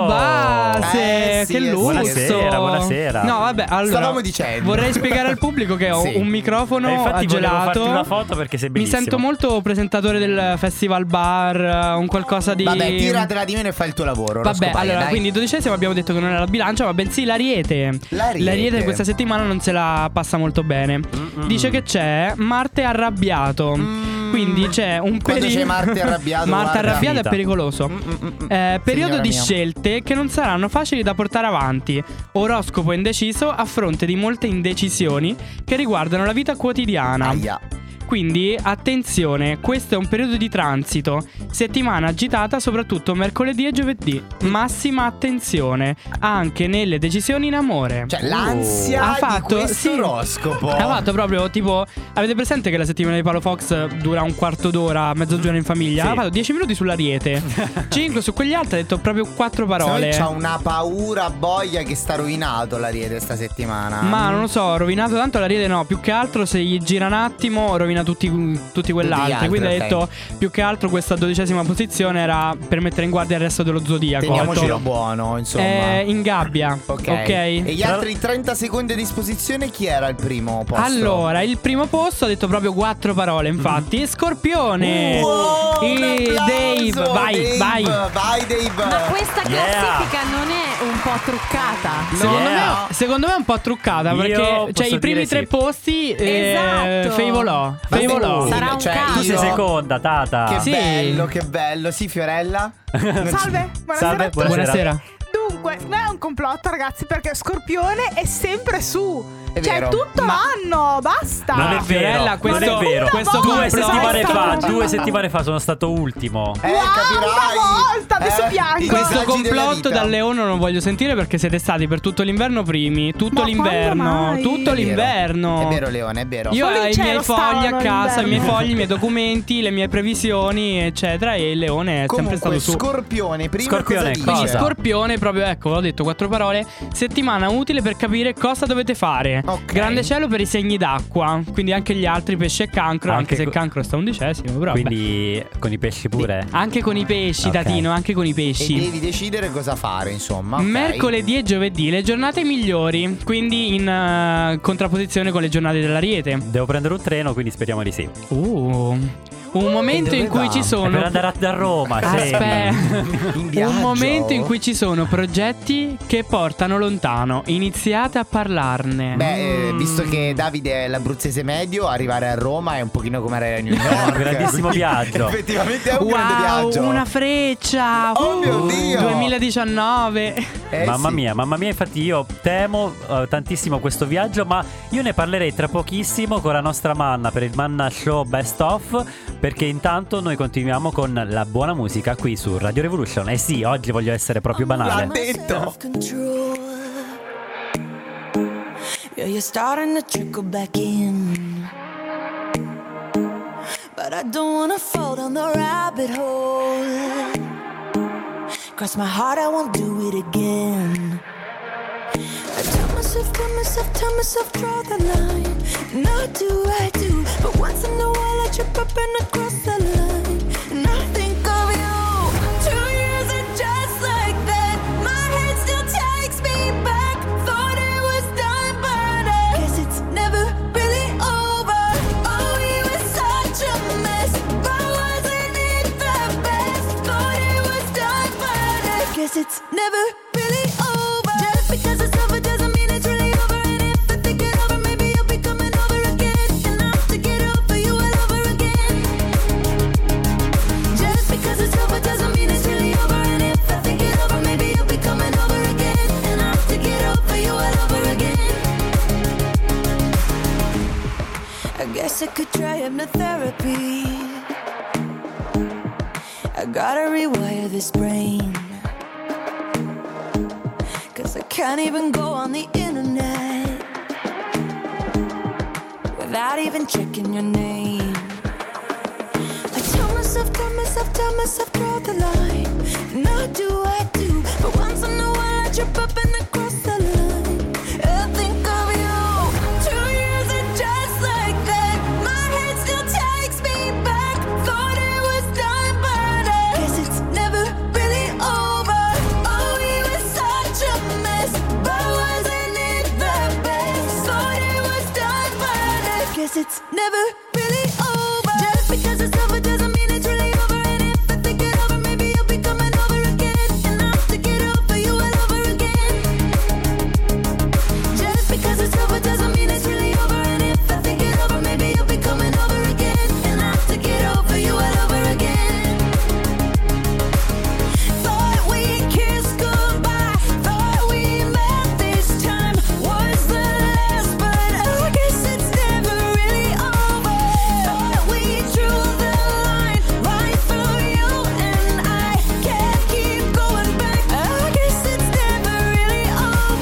Speaker 10: base,
Speaker 2: Eh, sì,
Speaker 10: che
Speaker 2: eh, sì.
Speaker 10: lusso.
Speaker 1: Oh. Buonasera, buonasera.
Speaker 10: No, vabbè, allora.
Speaker 2: Stavamo dicendo.
Speaker 10: Vorrei spiegare al pubblico che ho
Speaker 2: Sì.
Speaker 10: un microfono
Speaker 1: Eh, infatti volevo
Speaker 10: gelato.
Speaker 1: farti una foto perché sei
Speaker 10: Mi
Speaker 1: bellissimo.
Speaker 10: sento molto presentatore del festival bar, eh, un qualcosa di.
Speaker 2: Vabbè, tiratela di meno e fai il tuo lavoro.
Speaker 10: Vabbè,
Speaker 2: Roscoe,
Speaker 10: allora,
Speaker 2: dai.
Speaker 10: quindi dodicesimo abbiamo detto che non era la bilancia, ma bensì l'ariete.
Speaker 2: L'Ariete.
Speaker 10: questa settimana non se la passa molto bene. Dice che c'è Marte arrabbiato.
Speaker 2: Mm.
Speaker 10: Quindi c'è un
Speaker 2: Quando
Speaker 10: periodo.
Speaker 2: c'è Marte arrabbiato,
Speaker 10: Marte
Speaker 2: guarda.
Speaker 10: arrabbiato è
Speaker 1: Vita.
Speaker 10: pericoloso.
Speaker 2: Mm,
Speaker 10: Eh, periodo
Speaker 2: Signora
Speaker 10: di
Speaker 2: mia.
Speaker 10: scelte che non saranno facili da portare avanti. Oroscopo indeciso a fronte di molte indecisioni che riguardano la vita quotidiana.
Speaker 2: Aia.
Speaker 10: Quindi attenzione, questo è un periodo di transito, settimana agitata soprattutto mercoledì e giovedì. Massima attenzione anche nelle decisioni in amore.
Speaker 2: Cioè, l'ansia
Speaker 10: ha
Speaker 2: di
Speaker 10: fatto
Speaker 2: questo
Speaker 10: sì,
Speaker 2: oroscopo.
Speaker 10: Ha fatto proprio tipo avete presente che la settimana di Paolo Fox dura un quarto d'ora, mezzogiorno in famiglia?
Speaker 1: Sì.
Speaker 10: Ha fatto 10 minuti sull'ariete, 5 su quegli altri, ha detto proprio quattro parole.
Speaker 2: C'ha una paura boia che sta rovinato l'ariete sta settimana.
Speaker 10: Ma non lo so, rovinato tanto la rete no, più che altro se gli gira un attimo rovina tutti, tutti
Speaker 2: Tutti
Speaker 10: quell'altro.
Speaker 2: gli altri,
Speaker 10: Quindi ha
Speaker 2: ok.
Speaker 10: detto più che altro questa dodicesima posizione era per mettere in guardia il resto dello zodiaco. Ha
Speaker 2: Teniamocelo
Speaker 10: detto,
Speaker 2: buono, insomma.
Speaker 10: eh, in gabbia, ok.
Speaker 2: Ok. E gli altri 30 secondi a disposizione, chi era il primo posto?
Speaker 10: Allora, il primo posto ha detto proprio quattro parole, infatti. E
Speaker 2: Wow,
Speaker 10: Scorpione!
Speaker 2: un
Speaker 10: E
Speaker 2: applauso,
Speaker 10: Dave, vai, vai!
Speaker 2: Vai, Dave.
Speaker 11: Ma questa
Speaker 1: Yeah.
Speaker 11: classifica non è un po' truccata.
Speaker 10: Secondo,
Speaker 1: Yeah.
Speaker 10: me, secondo me è un po' truccata
Speaker 1: Io
Speaker 10: perché cioè,
Speaker 1: posso
Speaker 10: i primi
Speaker 1: dire
Speaker 10: tre
Speaker 1: sì.
Speaker 10: posti eh,
Speaker 11: Esatto.
Speaker 10: Feivolò.
Speaker 2: Ma
Speaker 10: Feivolò.
Speaker 2: sì,
Speaker 11: Sarà un
Speaker 2: cioè,
Speaker 11: caso.
Speaker 1: Tu sei
Speaker 2: io-
Speaker 1: seconda, Tata.
Speaker 2: Che
Speaker 10: Sì.
Speaker 2: bello, che bello. Sì, Fiorella? Non ci-
Speaker 11: Salve, buonasera
Speaker 1: Salve,
Speaker 11: a tutti.
Speaker 1: buonasera.
Speaker 10: Buonasera.
Speaker 11: Dunque, non è un complotto, ragazzi, perché Scorpione è sempre su.
Speaker 2: È
Speaker 11: cioè,
Speaker 2: vero.
Speaker 11: tutto l'anno, basta.
Speaker 1: Non è
Speaker 10: Fiorella,
Speaker 1: vero,
Speaker 10: questo-
Speaker 1: non è vero.
Speaker 10: questo
Speaker 1: due
Speaker 10: complotto-
Speaker 1: settimane fa,
Speaker 11: Questa-
Speaker 1: due settimane fa sono stato ultimo.
Speaker 2: Eh,
Speaker 11: Wow,
Speaker 2: capirai.
Speaker 11: una volta, adesso
Speaker 2: Eh,
Speaker 11: bianco.
Speaker 2: i
Speaker 10: Questo
Speaker 2: disagi della
Speaker 10: complotto
Speaker 2: vita.
Speaker 10: dal leone non lo voglio sentire perché siete stati per tutto l'inverno primi. Tutto
Speaker 11: Ma quando
Speaker 10: l'inverno.
Speaker 11: mai?
Speaker 2: È
Speaker 10: tutto
Speaker 2: vero.
Speaker 10: l'inverno.
Speaker 2: È vero, Leone, è vero.
Speaker 10: Io
Speaker 11: Solo in
Speaker 10: ho i
Speaker 11: cielo
Speaker 10: miei fogli a
Speaker 11: stavano
Speaker 10: casa, i miei
Speaker 11: l'inverno.
Speaker 10: fogli, i miei documenti, le mie previsioni, eccetera. E il leone è
Speaker 2: Comunque,
Speaker 10: sempre stato su.
Speaker 2: Scorpione, prima cosa
Speaker 1: Scorpione,
Speaker 2: dice?
Speaker 1: cosa?
Speaker 10: Quindi scorpione, proprio ecco, ho detto quattro parole. Settimana utile per capire cosa dovete fare.
Speaker 11: Ok.
Speaker 10: Grande cielo per i segni d'acqua, quindi anche gli altri pesce e
Speaker 1: Anche
Speaker 10: cancro, anche, se
Speaker 1: co-
Speaker 10: il cancro sta undicesimo, però vabbè.
Speaker 1: Quindi con i pesci pure.
Speaker 10: Anche con i pesci,
Speaker 1: Ok.
Speaker 10: Tatino, anche con i
Speaker 2: E
Speaker 10: pesci.
Speaker 2: devi decidere cosa fare, insomma. ok?
Speaker 10: Mercoledì e giovedì le giornate migliori, quindi in eh, contrapposizione con le giornate dell'Ariete.
Speaker 1: Devo prendere un treno, quindi speriamo di sì. È
Speaker 10: Uh, un momento
Speaker 2: dove
Speaker 10: in cui
Speaker 2: va?
Speaker 10: ci sono...
Speaker 1: per andare a, da Roma, sì.
Speaker 10: Aspetta.
Speaker 2: In
Speaker 10: Un
Speaker 2: viaggio?
Speaker 10: momento in cui ci sono progetti che portano lontano. Iniziate a parlarne.
Speaker 2: Beh, eh, visto che Davide è l'abruzzese medio, arrivare a Roma è un pochino come arrivare a New York.
Speaker 1: È un grandissimo viaggio.
Speaker 2: Effettivamente è un grande
Speaker 10: Wow,
Speaker 2: viaggio.
Speaker 10: una freccia!
Speaker 2: Oh
Speaker 10: Uh,
Speaker 2: mio Dio!
Speaker 10: 2019.
Speaker 2: Eh,
Speaker 1: mamma
Speaker 2: sì.
Speaker 1: mia, mamma mia, infatti io temo eh, tantissimo questo viaggio, ma io ne parlerei tra pochissimo con la nostra Manna per il Manna Show Best Of, perché intanto noi continuiamo con la buona musica qui su Radio Revolution. E sì, oggi voglio essere proprio banale.
Speaker 2: L'ha detto.
Speaker 7: Control. Yeah, you're starting to trickle back in. But I don't wanna fall down the rabbit hole. Cross my heart, I won't do it again. I tell myself, tell myself, tell myself, draw the line. And I do, I do. But once in a while, I trip up and I cross the line. And I think of you. Two years are just like that. My head still takes me back. Thought it was done, but I guess it's never really over. Oh, we were such a mess. But wasn't it the best? Thought it was done, but I guess it's never really over. Just because it's over doesn't mean it's really over. And if I think it over, maybe you'll be coming over again. And I have to get over you all over again. Just because it's over doesn't mean it's really over. And if I think it over, maybe you'll be coming over again. And I have to get over you all over again. I guess I could try hypnotherapy. I gotta rewire this brain. Cause I can't even go on the internet without even checking your name. I tell myself, tell myself, tell myself, draw the line. And I do, I do. But once in a while, I trip up and I cross the line. I think of you. Two years and just like that. My head still takes me back. Thought it was done, but I guess it's never really over. Oh, we were such a mess. But wasn't it the best? Thought it was done, but I guess it's never really over. Just because it's over doesn't mean it's really over. And if I think it over, maybe you'll be coming over again. And I have to get over you all over again. Just because it's over doesn't mean it's really over. And if I think it over, maybe you'll be coming over again. And I have to get over you all over again. Thought we kissed goodbye. Thought we met this time. Was the last, but I guess it's never really over. Thought we drew the line right through you and I. Can't keep going back. I guess it's never really over.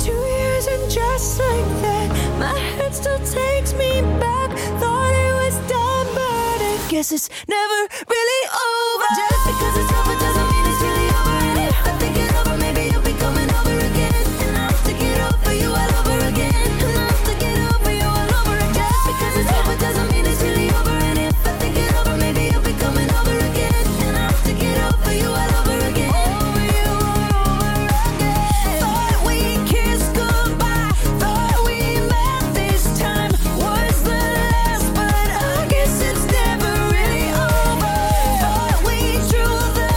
Speaker 7: Two years and just like that, my head still takes me back. Thought it was done, but I guess it's never really over. Just because it's over doesn't mean it's really over. And if I think it over, maybe you'll be coming over again. And I have to get over you all over again. And I have to get over you all over again. Just because it's over doesn't mean it's really over. And if I think it over, maybe you'll be coming over again. And I have to get over you all over again. Over you all over again. Thought we kissed goodbye. Thought we met this time. Was the last, but I guess it's never really over. Thought we drew the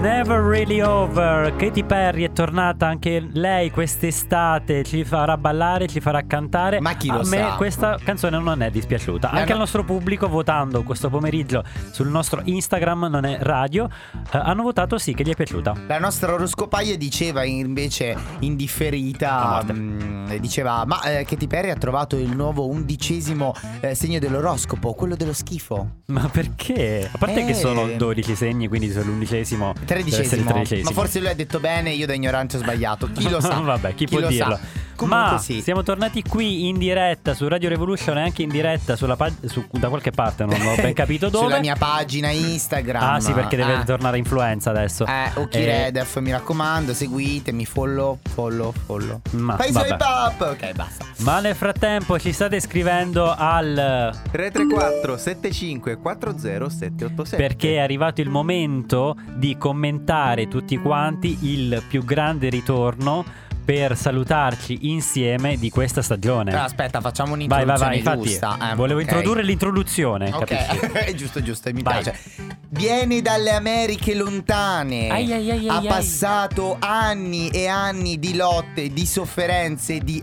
Speaker 1: Never Really Over. Katy Perry è tornata anche lei quest'estate. Ci farà ballare, ci farà cantare.
Speaker 2: Ma chi lo
Speaker 1: A me
Speaker 2: sa?
Speaker 1: questa canzone non è dispiaciuta.
Speaker 2: Eh,
Speaker 1: anche
Speaker 2: no.
Speaker 1: al nostro pubblico, votando questo pomeriggio sul nostro Instagram, non è radio, eh, hanno votato sì che gli è piaciuta.
Speaker 2: La nostra oroscopaia diceva invece indifferita,
Speaker 1: Una morte.
Speaker 2: mh, diceva ma eh, Katy Perry ha trovato il nuovo undicesimo eh, segno dell'oroscopo, quello dello schifo.
Speaker 1: Ma perché? A parte
Speaker 2: Eh.
Speaker 1: che sono 12 segni, quindi sono l'undicesimo. deve essere il
Speaker 2: Tredicesimo.
Speaker 1: tredicesimo.
Speaker 2: Ma forse lui ha detto bene, io da ignorante ho sbagliato. Chi lo sa?
Speaker 1: Vabbè, chi, può
Speaker 2: lo
Speaker 1: dirlo?
Speaker 2: Sa? Comunque
Speaker 1: Ma
Speaker 2: sì.
Speaker 1: siamo tornati qui in diretta su Radio Revolution e anche in diretta sulla pag- su- da qualche parte, non ho ben capito dove.
Speaker 2: Sulla mia pagina Instagram.
Speaker 1: Ah, sì, perché deve
Speaker 2: Ah.
Speaker 1: tornare influenza adesso.
Speaker 2: Eh, ok,
Speaker 1: Eh,
Speaker 2: Redef, mi raccomando, seguitemi, follow, follow, follow.
Speaker 1: Ma,
Speaker 2: Fai
Speaker 1: vabbè.
Speaker 2: i pop! Ah, Ok, basta.
Speaker 1: Ma nel frattempo ci state scrivendo al
Speaker 3: 334 75 40 787
Speaker 1: perché è arrivato il momento di commentare tutti quanti il più grande ritorno per salutarci insieme di questa stagione.
Speaker 2: Però aspetta, facciamo
Speaker 1: vai, vai,
Speaker 2: un'introduzione
Speaker 1: vai, infatti
Speaker 2: giusta. Eh,
Speaker 1: volevo
Speaker 2: ok.
Speaker 1: introdurre l'introduzione, capisci?
Speaker 2: Ok, giusto, giusto, mi
Speaker 1: Vai.
Speaker 2: piace. Viene dalle Americhe lontane.
Speaker 1: Ai, ai, ai,
Speaker 2: ha
Speaker 1: ai, ai.
Speaker 2: passato anni e anni di lotte, di sofferenze, di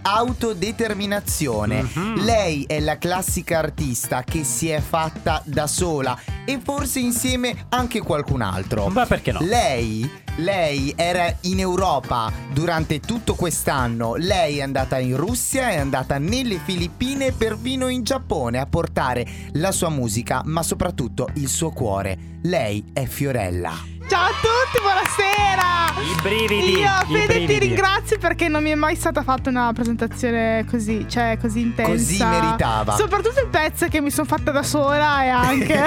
Speaker 2: autodeterminazione.
Speaker 1: Mhm.
Speaker 2: Lei è la classica artista che si è fatta da sola e forse insieme anche qualcun altro.
Speaker 1: Ma perché no?
Speaker 2: Lei, lei era in Europa durante tutto quest'anno. Lei è andata in Russia, è andata nelle Filippine e perfino in Giappone a portare la sua musica, ma soprattutto il suo cuore. Lei è Fiorella.
Speaker 11: Ciao a tutti, buonasera!
Speaker 1: I brividi,
Speaker 11: Io,
Speaker 1: i
Speaker 11: Fede,
Speaker 1: brividi.
Speaker 11: ti ringrazio perché non mi è mai stata fatta una presentazione così, cioè così intensa.
Speaker 2: Così meritava.
Speaker 11: Soprattutto il pezzo che mi sono fatta da sola e anche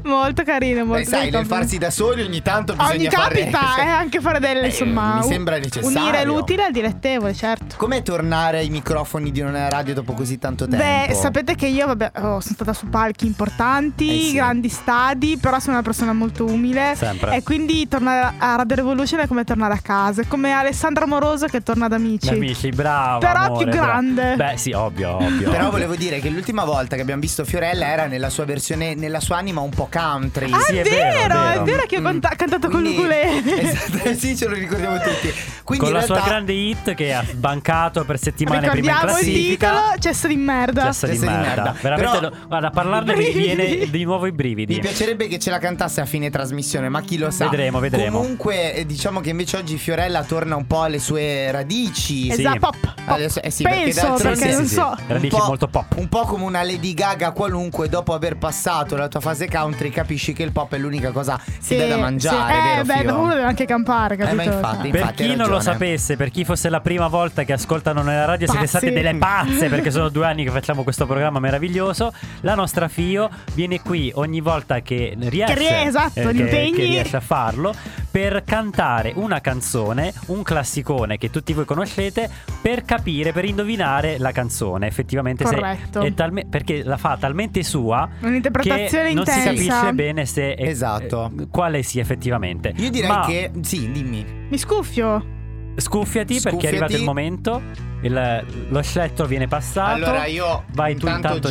Speaker 11: molto carino, molto
Speaker 2: Beh, sai, nel
Speaker 11: carino.
Speaker 2: farsi da soli ogni tanto bisogna
Speaker 11: Ogni
Speaker 2: fare-
Speaker 11: capita eh, anche fare delle,
Speaker 2: Eh,
Speaker 11: insomma,
Speaker 2: mi
Speaker 11: u-
Speaker 2: sembra necessario.
Speaker 11: Unire l'utile al dilettevole, certo.
Speaker 2: Com'è tornare ai microfoni di una radio dopo così tanto tempo?
Speaker 11: Beh, sapete che io vabbè, oh, sono stata su palchi importanti,
Speaker 2: Eh sì.
Speaker 11: grandi stadi, però sono una persona molto umile.
Speaker 1: Sempre.
Speaker 11: E quindi tornare a Radio Revolution è come tornare a casa, è come Alessandra Moroso che torna ad amici.
Speaker 1: Amici, bravo.
Speaker 11: Però
Speaker 1: amore,
Speaker 11: più
Speaker 1: bravo.
Speaker 11: grande.
Speaker 1: Beh, sì, ovvio, ovvio.
Speaker 2: Però volevo dire che l'ultima volta che abbiamo visto Fiorella era nella sua versione, nella sua anima un po' country.
Speaker 11: Ah,
Speaker 1: Sì,
Speaker 11: è,
Speaker 1: è
Speaker 11: vero,
Speaker 1: vero, è vero.
Speaker 11: è vero che ho canta- cantato con
Speaker 2: Quindi-
Speaker 11: l'ukulele.
Speaker 2: Esatto, sì, ce lo ricordiamo tutti. Quindi
Speaker 1: con
Speaker 2: in
Speaker 1: la
Speaker 2: realtà,
Speaker 1: sua grande hit che ha bancato per settimane prima in
Speaker 11: Ricordiamo il
Speaker 1: classifica.
Speaker 11: titolo, cesso di merda.
Speaker 1: Cesso di
Speaker 2: Cesso di
Speaker 1: merda.
Speaker 2: merda.
Speaker 1: Veramente,
Speaker 2: Però-
Speaker 1: lo- guarda, a parlarne mi viene di nuovo i
Speaker 2: Mi
Speaker 1: brividi.
Speaker 2: piacerebbe che ce la cantasse a fine trasmissione, ma chi lo sa.
Speaker 1: Vedremo, vedremo.
Speaker 2: Comunque, eh, diciamo che invece oggi Fiorella torna un po' alle sue radici.
Speaker 1: Sì.
Speaker 11: Esatto, pop, pop.
Speaker 2: Adesso- eh sì, perché
Speaker 11: Penso,
Speaker 2: d'altronde-
Speaker 11: perché,
Speaker 1: Sì, sì,
Speaker 11: non
Speaker 1: sì.
Speaker 11: so.
Speaker 1: Radici
Speaker 2: Un po'-
Speaker 1: molto pop.
Speaker 2: Un po' come una Lady Gaga qualunque, dopo aver passato la tua fase country, capisci che il pop è l'unica cosa che dà da mangiare.
Speaker 11: sì.
Speaker 2: vero,
Speaker 11: Eh, beh,
Speaker 2: Fio? Eh,
Speaker 11: dopo uno deve anche campare, capito?
Speaker 2: ma infatti.
Speaker 1: Per chi
Speaker 2: hai
Speaker 1: non lo
Speaker 2: ragione.
Speaker 1: sapesse, per chi fosse la prima volta che ascoltano nella radio, siete
Speaker 11: Pazzi.
Speaker 1: state delle pazze perché sono due anni che facciamo questo programma meraviglioso. La nostra Fio viene qui ogni volta che riesce, eh,
Speaker 11: Che rie- esatto, gli
Speaker 1: che,
Speaker 11: impegni.
Speaker 1: che riesce a farlo per cantare una canzone, un classicone che tutti voi conoscete, per capire, per indovinare la canzone. Effettivamente, se-
Speaker 11: Corretto.
Speaker 1: è talme- perché la fa talmente sua.
Speaker 11: Un'interpretazione
Speaker 1: che non si
Speaker 11: intensa.
Speaker 1: capisce bene se è-
Speaker 2: Esatto.
Speaker 1: eh, quale sia effettivamente.
Speaker 2: Io direi
Speaker 1: Ma-
Speaker 2: che. Sì, dimmi.
Speaker 11: Mi scuffio.
Speaker 1: Scuffiati perché è
Speaker 2: Scuffiati.
Speaker 1: arrivato il momento. Il- lo scettro viene passato.
Speaker 2: Allora io
Speaker 1: Vai tu,
Speaker 2: giro
Speaker 1: intanto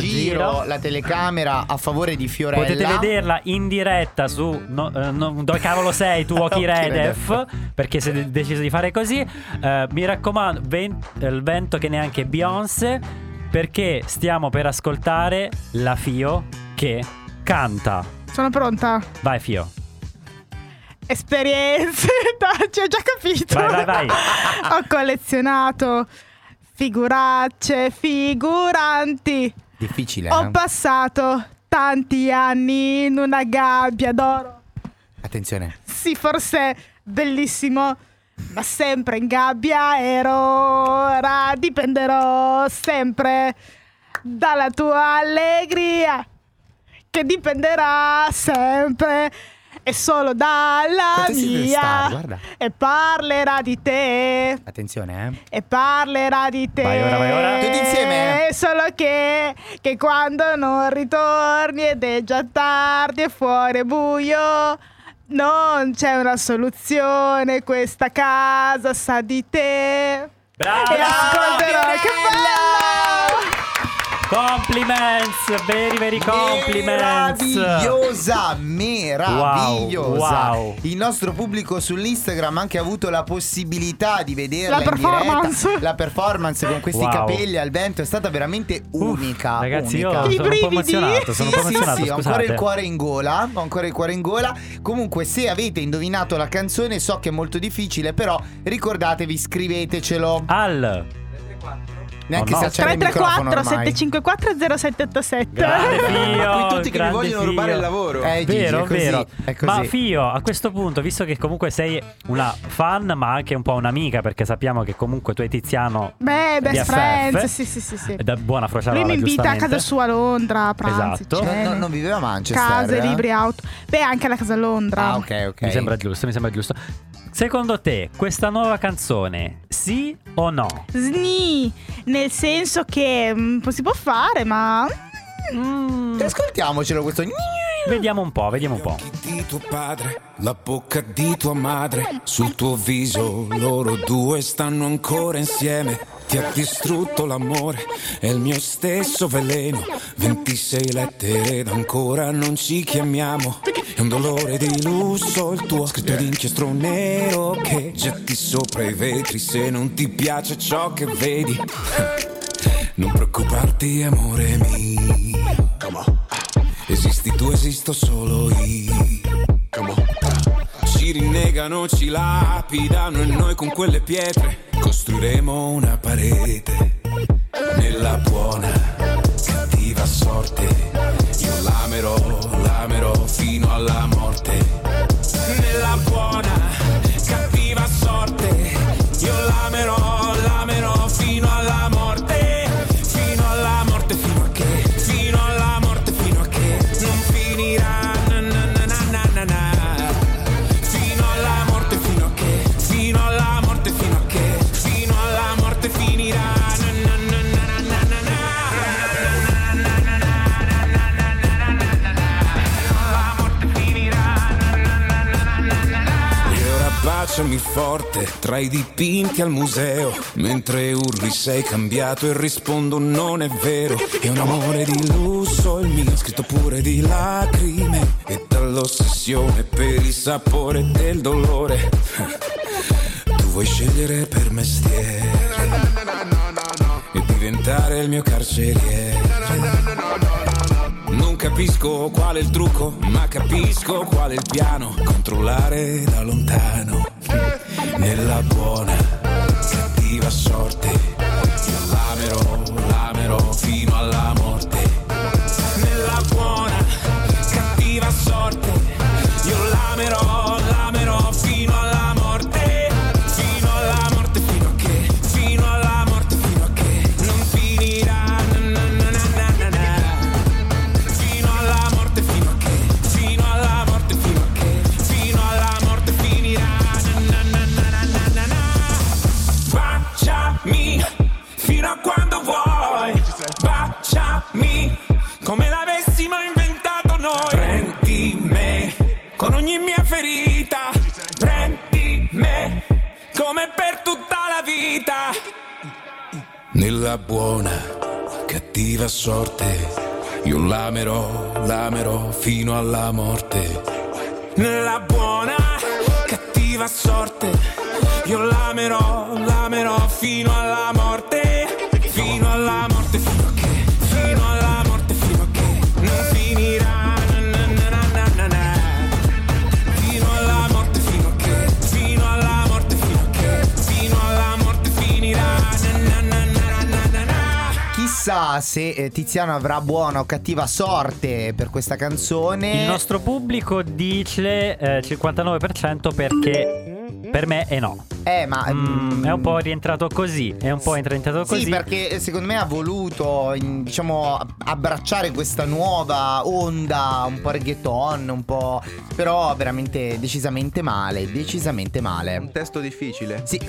Speaker 1: gira.
Speaker 2: la telecamera a favore di Fiorella.
Speaker 1: Potete vederla in diretta su no, eh, no- dove cavolo sei tu Oki
Speaker 2: Oki
Speaker 1: Redef
Speaker 2: Redef.
Speaker 1: perché siete deciso di fare così Eh, mi raccomando ven- eh, il vento che neanche Beyoncé perché stiamo per ascoltare la Fio che canta
Speaker 11: Sono pronta.
Speaker 1: vai Fio
Speaker 11: esperienze, dai, ci ho già capito.
Speaker 1: Vai, vai, vai.
Speaker 11: ho collezionato figuracce, figuranti.
Speaker 2: Difficile.
Speaker 11: Ho
Speaker 2: eh?
Speaker 11: passato tanti anni in una gabbia d'oro.
Speaker 2: eh? Attenzione.
Speaker 11: Sì, forse bellissimo, ma sempre in gabbia ero. Ora dipenderò sempre dalla tua allegria, che dipenderà sempre e solo dalla
Speaker 2: Quante siete
Speaker 11: mia.
Speaker 2: star, guarda.
Speaker 11: E parlerà di te.
Speaker 2: Attenzione, eh.
Speaker 11: E parlerà di te.
Speaker 1: Vai, ora, vai, ora.
Speaker 2: Tutti insieme?
Speaker 11: Solo che, che quando non ritorni ed è già tardi e fuori è buio. Non c'è una soluzione, questa casa sa di te.
Speaker 1: bravo
Speaker 11: e ascolterò. Che bello!
Speaker 1: Compliments, very very compliments.
Speaker 2: Meravigliosa, meravigliosa.
Speaker 1: Wow, wow.
Speaker 2: Il nostro pubblico sull'Instagram ha anche avuto la possibilità di vederla
Speaker 11: La
Speaker 2: in
Speaker 11: performance.
Speaker 2: diretta. La performance con questi
Speaker 1: Wow.
Speaker 2: capelli al vento è stata veramente
Speaker 1: Uff,
Speaker 2: unica.
Speaker 1: Ragazzi,
Speaker 2: unica.
Speaker 1: io sono
Speaker 11: I
Speaker 1: un po'
Speaker 11: brividi.
Speaker 1: emozionato, sono un po'
Speaker 2: sì,
Speaker 1: emozionato,
Speaker 2: sì, ho ancora
Speaker 1: scusate.
Speaker 2: il cuore in gola. Ho ancora il cuore in gola. Comunque, se avete indovinato la canzone, so che è molto difficile, però ricordatevi, scrivetecelo.
Speaker 1: Al Oh,
Speaker 2: Neanche
Speaker 1: no.
Speaker 2: se accende il microfono
Speaker 11: 334
Speaker 2: ormai.
Speaker 11: 754 0787
Speaker 1: grande Fio,
Speaker 3: Ma qui tutti che mi
Speaker 1: grande
Speaker 3: vogliono
Speaker 1: Fio.
Speaker 3: rubare il lavoro.
Speaker 2: Eh, Gigi,
Speaker 1: vero,
Speaker 2: è così,
Speaker 1: vero.
Speaker 2: è così.
Speaker 1: Ma Fio, a questo punto, visto che comunque sei una fan, ma anche un po' un'amica, perché sappiamo che comunque tu e Tiziano.
Speaker 11: Beh, best
Speaker 1: BFF,
Speaker 11: friends, sì, sì, sì, sì.
Speaker 1: Da buona frociarola
Speaker 11: Lui mi invita a
Speaker 1: giustamente.
Speaker 11: casa sua a Londra, a pranzi,
Speaker 1: Esatto.
Speaker 2: No,
Speaker 11: cene,
Speaker 2: no, non viveva a Manchester.
Speaker 11: case,
Speaker 2: eh?
Speaker 11: libri, auto. Beh, anche alla casa a Londra.
Speaker 2: Ah, ok, ok.
Speaker 1: Mi sembra giusto, mi sembra giusto. Secondo te, questa nuova canzone, sì o no?
Speaker 11: Sni, nel senso che mm, si può fare, ma
Speaker 1: Mm,
Speaker 2: Ascoltiamocelo questo.
Speaker 1: vediamo un po', vediamo un po'.
Speaker 12: di tuo padre, la bocca di tua madre, sul tuo viso loro due stanno ancora insieme. Ti ha distrutto l'amore e il mio stesso veleno. 26 lettere ed ancora non ci chiamiamo. È un dolore di lusso il tuo scritto d'inchiostro nero che getti sopra i vetri se non ti piace ciò che vedi. Non preoccuparti, amore mio. Esisti tu, esisto solo io. Ci rinnegano, ci lapidano e noi con quelle pietre costruiremo una parete. Nella buona, cattiva sorte, io l'amerò, l'amerò fino alla morte. Nella buona, cattiva sorte, io l'amerò, l'amerò fino alla morte. Fino alla morte, fino a che, fino alla morte, fino a che non finirà. Na, na, na, na, na, na, na. Fino alla morte, fino a che, fino alla morte, fino a che, fino alla morte finirà. Na, na, na, na, na, na, na, na. E ora Baciami forte tra i dipinti al museo Mentre urli sei cambiato e rispondo non è vero È un amore di lusso il mio Scritto pure di lacrime E dall'ossessione per il sapore del dolore Tu vuoi scegliere per mestiere E diventare il mio carceriere non capisco qual è il trucco, ma capisco qual è il piano. Controllare da lontano, nella buona, cattiva sorte. Io l'amerò, l'amerò fino alla morte. Nella buona, cattiva sorte. Io l'amerò, l'amerò fino alla morte. Fino alla morte, fino a che, fino alla morte, fino a che non finirà. Na, na, na, na, na, na. Fino alla morte, fino a che, fino alla morte, fino a che, fino alla morte finirà. Na, na, na, na, na, na, na. Baciami fino a quando vuoi. Baciami come l'avessimo inventato noi. Prendi me con ogni mia ferita. Prendi me come per tutta la vita nella buona, cattiva sorte. Io l'amerò, l'amerò fino alla morte. Nella buona, cattiva sorte. Io l'amerò, l'amerò fino alla morte. Fino alla morte, fino a che. Fino alla morte, fino a che. Non finirà. na, na, na, na, na, na. Fino alla morte fino a che, fino alla morte fino a che, fino alla morte finirà. Na, na, na, na, na, na, na.
Speaker 2: Chissà se eh, Tiziano avrà buona o cattiva sorte per questa canzone.
Speaker 1: Il nostro pubblico dice eh, 59% perché per me è no.
Speaker 2: Eh, ma.
Speaker 1: Mm,
Speaker 2: mm,
Speaker 1: è un po' rientrato così, è un po' rientrato così.
Speaker 2: Sì, perché eh, secondo me ha voluto, in- diciamo, a- abbracciare questa nuova onda, un po' reggaeton, un po'. però veramente decisamente male, decisamente
Speaker 3: È un
Speaker 2: male.
Speaker 3: testo difficile.
Speaker 2: Sì.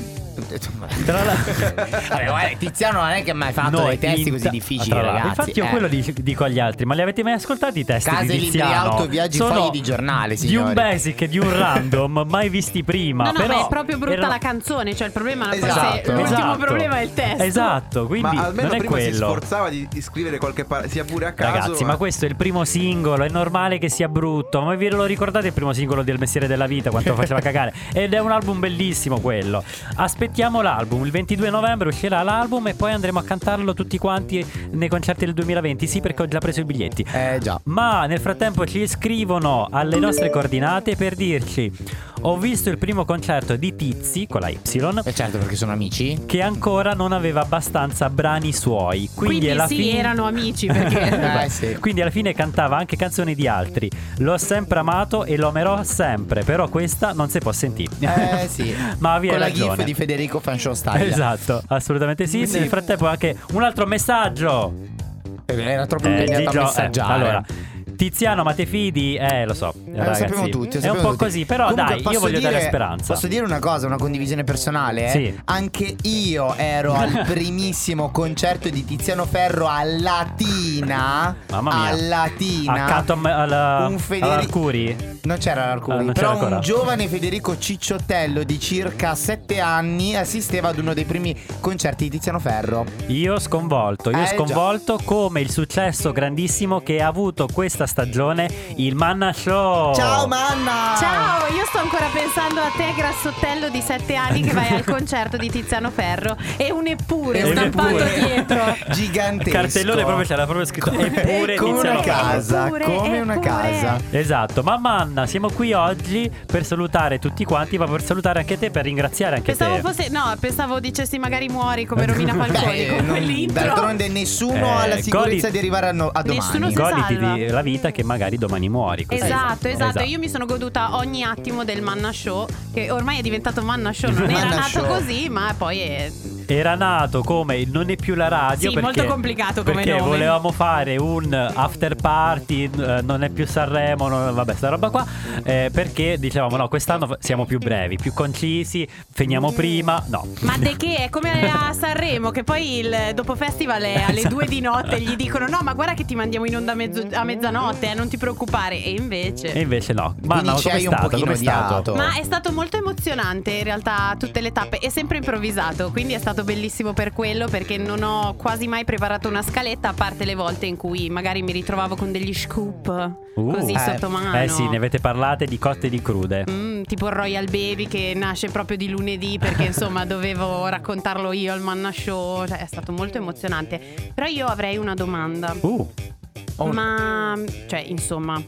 Speaker 1: Tra la-
Speaker 2: Vabbè, guarda, Tiziano non è che ha mai fatto dei
Speaker 1: Noi
Speaker 2: testi
Speaker 1: in-
Speaker 2: così difficili,
Speaker 1: Tra l'altro,
Speaker 2: ragazzi.
Speaker 1: Infatti, io
Speaker 2: eh.
Speaker 1: quello di- dico agli altri: ma li avete mai ascoltati i testi
Speaker 2: Case,
Speaker 1: di
Speaker 2: libri,
Speaker 1: Tiziano?
Speaker 2: auto, viaggi,
Speaker 1: Sono
Speaker 2: fogli di giornale,
Speaker 1: Di un
Speaker 2: signori.
Speaker 1: basic, e di un random, mai visti prima.
Speaker 5: No, no,
Speaker 1: però
Speaker 5: ma è proprio brutta
Speaker 1: erano
Speaker 5: la canzone, cioè il problema è una
Speaker 3: Esatto.
Speaker 5: forse l'ultimo
Speaker 1: Esatto.
Speaker 5: problema è il testo.
Speaker 1: Esatto, quindi
Speaker 3: ma almeno
Speaker 1: non è
Speaker 3: prima si
Speaker 1: quello.
Speaker 3: sforzava di, di scrivere qualche parola, sia pure a caso.
Speaker 1: Ragazzi,
Speaker 2: eh.
Speaker 1: ma questo è il primo singolo, è normale che sia brutto, ma vi lo ricordate il primo singolo del Mestiere della Vita, quanto faceva cagare? Ed è un album bellissimo quello. Aspettiamo l'album, il 22 novembre uscirà l'album e poi andremo a cantarlo tutti quanti nei concerti del 2020, sì perché ho già preso i biglietti.
Speaker 2: Eh già.
Speaker 1: Ma nel frattempo ci scrivono alle nostre coordinate per dirci ho visto il primo concerto di Tizi con la Y
Speaker 2: E certo perché sono amici.
Speaker 1: che ancora non aveva abbastanza brani suoi. Quindi,
Speaker 5: Quindi,
Speaker 1: alla
Speaker 5: sì,
Speaker 1: fine...
Speaker 5: erano amici perché
Speaker 2: Eh sì.
Speaker 1: Quindi alla fine cantava anche canzoni di altri. L'ho sempre amato e lo amerò sempre, però questa non si può sentire.
Speaker 2: Eh sì.
Speaker 1: Ma vi hai
Speaker 2: Con la
Speaker 1: ragione.
Speaker 2: gif di Federico Fashion Style.
Speaker 1: Esatto, assolutamente sì. Nel frattempo anche un altro messaggio.
Speaker 2: Era troppo
Speaker 1: Eh,
Speaker 2: impegnato
Speaker 1: Gigio,
Speaker 2: a
Speaker 1: eh,
Speaker 2: messaggiare.
Speaker 1: allora, Tiziano Matefidi, eh lo so,
Speaker 2: Eh, lo
Speaker 1: ragazzi,
Speaker 2: sappiamo tutti, lo
Speaker 1: è un
Speaker 2: sappiamo
Speaker 1: po'
Speaker 2: tutti.
Speaker 1: così, però
Speaker 2: Comunque,
Speaker 1: dai, io
Speaker 2: posso
Speaker 1: voglio dare
Speaker 2: dire-
Speaker 1: speranza.
Speaker 2: Posso dire una cosa, una condivisione personale? eh?
Speaker 1: Sì.
Speaker 2: Anche io ero al primissimo concerto di Tiziano Ferro a Latina.
Speaker 1: Mamma mia.
Speaker 2: A Latina.
Speaker 1: Accanto a me- alla,
Speaker 2: Un Federico-
Speaker 1: all'Arcuri?
Speaker 2: Non c'era
Speaker 1: Ah,
Speaker 2: l'Arcuri,
Speaker 1: non c'era
Speaker 2: però
Speaker 1: ancora.
Speaker 2: un giovane Federico Cicciottello di circa 7 anni assisteva ad uno dei primi concerti di Tiziano Ferro.
Speaker 1: Io sconvolto, io
Speaker 2: Eh, già.
Speaker 1: sconvolto come il successo grandissimo che ha avuto questa stagione il Manna Show.
Speaker 2: Ciao Manna!
Speaker 5: Ciao, io sto ancora pensando a te, grassottello di 7 anni, che vai al concerto di Tiziano Ferro e un eppure
Speaker 2: E un
Speaker 5: stampato
Speaker 1: eppure.
Speaker 5: dietro.
Speaker 1: Il
Speaker 2: Gigantesco.
Speaker 1: cartellone proprio c'era proprio scritto eppure
Speaker 2: come una
Speaker 1: Tiziano Ferro.
Speaker 2: casa,
Speaker 5: Eppure,
Speaker 2: come una
Speaker 5: eppure.
Speaker 2: casa.
Speaker 1: Esatto, ma Manna, siamo qui oggi per salutare tutti quanti, ma per salutare anche te, per ringraziare anche
Speaker 5: Pensavo
Speaker 1: te.
Speaker 5: fosse. No, pensavo dicessi magari muori come Romina Falconi
Speaker 2: Beh,
Speaker 5: con
Speaker 2: non-
Speaker 5: quell'intro.
Speaker 2: d'altronde nessuno
Speaker 1: Eh,
Speaker 2: ha la sicurezza
Speaker 1: godi-
Speaker 2: di arrivare a, no- a domani.
Speaker 5: Nessuno si
Speaker 1: Goditi
Speaker 5: salva.
Speaker 1: di- la vita che magari domani muori. così.
Speaker 5: Esatto, esatto, Io mi sono goduta ogni attimo del Manna Show, che ormai è diventato Manna Show, non era
Speaker 2: Manna
Speaker 5: nato
Speaker 2: Show.
Speaker 5: così, ma poi è
Speaker 1: Era nato come il non è più la radio.
Speaker 5: Sì,
Speaker 1: perché,
Speaker 5: molto complicato come
Speaker 1: Perché
Speaker 5: nome.
Speaker 1: volevamo fare un after party, eh, non è più Sanremo, non- vabbè, sta roba qua. eh, perché dicevamo, no, quest'anno f- siamo più brevi, più concisi, finiamo prima. No.
Speaker 5: Mm. Ma de che è come a Sanremo che poi il dopo festival è alle
Speaker 1: Esatto.
Speaker 5: due di notte e gli dicono no ma guarda che ti mandiamo in onda a, mezzo- a mezzanotte eh, non ti preoccupare e invece
Speaker 1: E invece no. Ma no,
Speaker 2: ci
Speaker 1: com'è
Speaker 2: hai un
Speaker 1: stato?
Speaker 2: pochino
Speaker 1: Com'è stato?
Speaker 2: odiato.
Speaker 5: ma è stato molto emozionante in realtà tutte le tappe e sempre improvvisato quindi è stato bellissimo per quello perché non ho quasi mai preparato una scaletta a parte le volte in cui magari mi ritrovavo con degli scoop
Speaker 1: Uh.
Speaker 5: così
Speaker 1: Eh,
Speaker 5: sotto mano
Speaker 1: Eh sì, ne avete parlate di cotte e di crude.
Speaker 5: Mm, tipo il Royal Baby che nasce proprio di lunedì perché insomma dovevo raccontarlo io al Manna Show, cioè, è stato molto emozionante. Però io avrei una domanda.
Speaker 1: Uh,
Speaker 2: Oh.
Speaker 5: Ma cioè, insomma,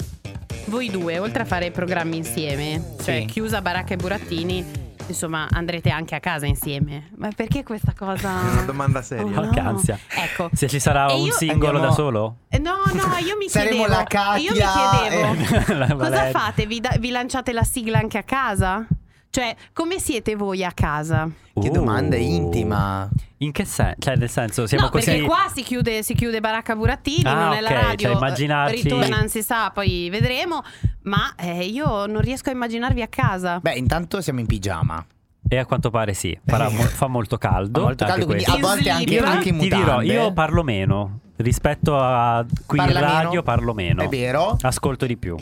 Speaker 5: voi due, oltre a fare i programmi insieme, cioè
Speaker 2: Sì.
Speaker 5: chiusa Baracca e Burattini, insomma, andrete anche a casa insieme. Ma perché questa cosa?
Speaker 3: È una domanda seria.
Speaker 5: Oh, no.
Speaker 1: Che ansia.
Speaker 5: Ecco.
Speaker 1: se ci sarà
Speaker 5: E
Speaker 1: un
Speaker 5: io-
Speaker 1: singolo
Speaker 2: Andiamo-
Speaker 1: da solo?
Speaker 5: Eh, No, no, io mi
Speaker 2: Saremo
Speaker 5: chiedevo.
Speaker 2: la Katia Eh.
Speaker 5: io
Speaker 2: Ah,
Speaker 5: mi
Speaker 1: e-
Speaker 5: chiedevo.
Speaker 1: la
Speaker 5: cosa
Speaker 1: Valeria.
Speaker 5: fate? Vi, da- vi lanciate la sigla anche a casa? Cioè, come siete voi a casa?
Speaker 2: Che
Speaker 1: Uh.
Speaker 2: domanda intima.
Speaker 1: In che senso? Cioè, nel senso, siamo
Speaker 5: no,
Speaker 1: così.
Speaker 5: perché qua si chiude, si chiude Baracca Burattini,
Speaker 1: Ah,
Speaker 5: non è
Speaker 1: ok,
Speaker 5: la radio. eh,
Speaker 1: cioè, immaginarci-
Speaker 5: Ritorna, non si sa, poi vedremo. Ma eh, io non riesco a immaginarvi a casa.
Speaker 2: Beh, intanto siamo in pigiama.
Speaker 1: E a quanto pare sì. farà mo- fa molto caldo.
Speaker 2: Fa molto
Speaker 1: anche
Speaker 2: caldo, quindi
Speaker 1: questo.
Speaker 2: a volte
Speaker 5: In
Speaker 2: anche,
Speaker 5: slip.
Speaker 2: anche in
Speaker 1: ti
Speaker 2: mutande.
Speaker 1: dirò, io parlo meno. Rispetto a qui
Speaker 2: Parla
Speaker 1: in
Speaker 2: meno.
Speaker 1: radio, parlo meno.
Speaker 2: È vero.
Speaker 1: Ascolto di più.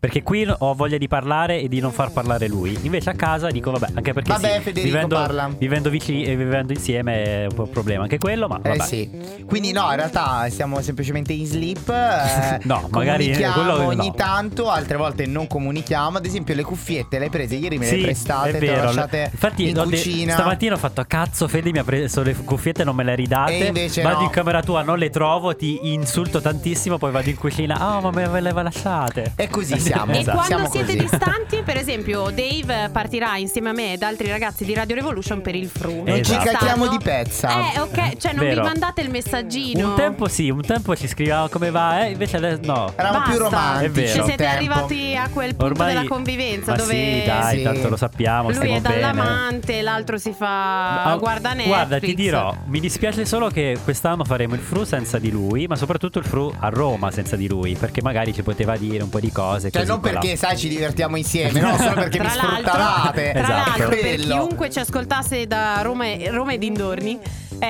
Speaker 1: Perché qui ho voglia di parlare e di non far parlare lui. Invece a casa dico, vabbè, anche perché.
Speaker 2: Vabbè,
Speaker 1: sì,
Speaker 2: Federico,
Speaker 1: vivendo,
Speaker 2: parla.
Speaker 1: Vivendo vicini e vivendo insieme è un po' un problema anche quello, ma.
Speaker 2: Eh
Speaker 1: vabbè.
Speaker 2: sì. Quindi no, in realtà Ah, siamo semplicemente in sleep. eh,
Speaker 1: No, magari, eh,
Speaker 2: comunichiamo
Speaker 1: quello no.
Speaker 2: ogni tanto, altre volte non comunichiamo. Ad esempio le cuffiette le hai prese ieri me le
Speaker 1: Sì,
Speaker 2: prestate,
Speaker 1: è
Speaker 2: te le
Speaker 1: vero.
Speaker 2: lasciate
Speaker 1: Infatti,
Speaker 2: in
Speaker 1: ho de-
Speaker 2: cucina.
Speaker 1: stamattina ho fatto cazzo. Fede mi ha preso le cuffiette, non me le ridate.
Speaker 2: E invece
Speaker 1: vado
Speaker 2: no.
Speaker 1: in camera tua, non le trovo, ti insulto tantissimo. Poi vado in cucina. Ah, ma me le aveva lasciate.
Speaker 2: E così siamo.
Speaker 5: E
Speaker 1: Esatto.
Speaker 5: quando
Speaker 2: siamo
Speaker 5: siete
Speaker 2: così.
Speaker 5: distanti, per esempio, Dave partirà insieme a me ed altri ragazzi di Radio Revolution per il fru.
Speaker 1: Non ci
Speaker 2: Esatto. cacchiamo
Speaker 5: Quest'anno-
Speaker 2: di pezza.
Speaker 5: Eh, ok, cioè non
Speaker 1: Vero.
Speaker 5: vi mandate il messaggino.
Speaker 1: Un tempo sì, un tempo ci scrivevamo come va, eh? invece adesso no.
Speaker 2: Eravamo
Speaker 5: Basta.
Speaker 2: più romantici.
Speaker 1: È vero.
Speaker 5: Cioè,
Speaker 2: un
Speaker 5: siete
Speaker 2: tempo.
Speaker 5: arrivati a quel punto
Speaker 1: Ormai
Speaker 5: della convivenza
Speaker 1: Ma
Speaker 5: dove
Speaker 1: Sì, dai,
Speaker 2: Sì.
Speaker 1: tanto lo sappiamo,
Speaker 5: lui
Speaker 1: stiamo
Speaker 5: è
Speaker 1: bene.
Speaker 5: dall'amante, l'altro si fa
Speaker 1: Ah,
Speaker 5: guarda Netflix.
Speaker 1: guarda, ti dirò, mi dispiace solo che quest'anno faremo il fru senza di lui, ma soprattutto il fru a Roma senza di lui, perché magari ci poteva dire un po' di cose.
Speaker 2: Cioè,
Speaker 1: così,
Speaker 2: non
Speaker 1: qua, là.
Speaker 2: perché, sai, ci divertiamo insieme, no? Solo perché mi
Speaker 5: tra l'altro,
Speaker 2: sfruttavate.
Speaker 5: tra
Speaker 1: Esatto.
Speaker 5: l'altro, per
Speaker 2: Quello.
Speaker 5: chiunque ci ascoltasse da Roma e, Roma e dintorni,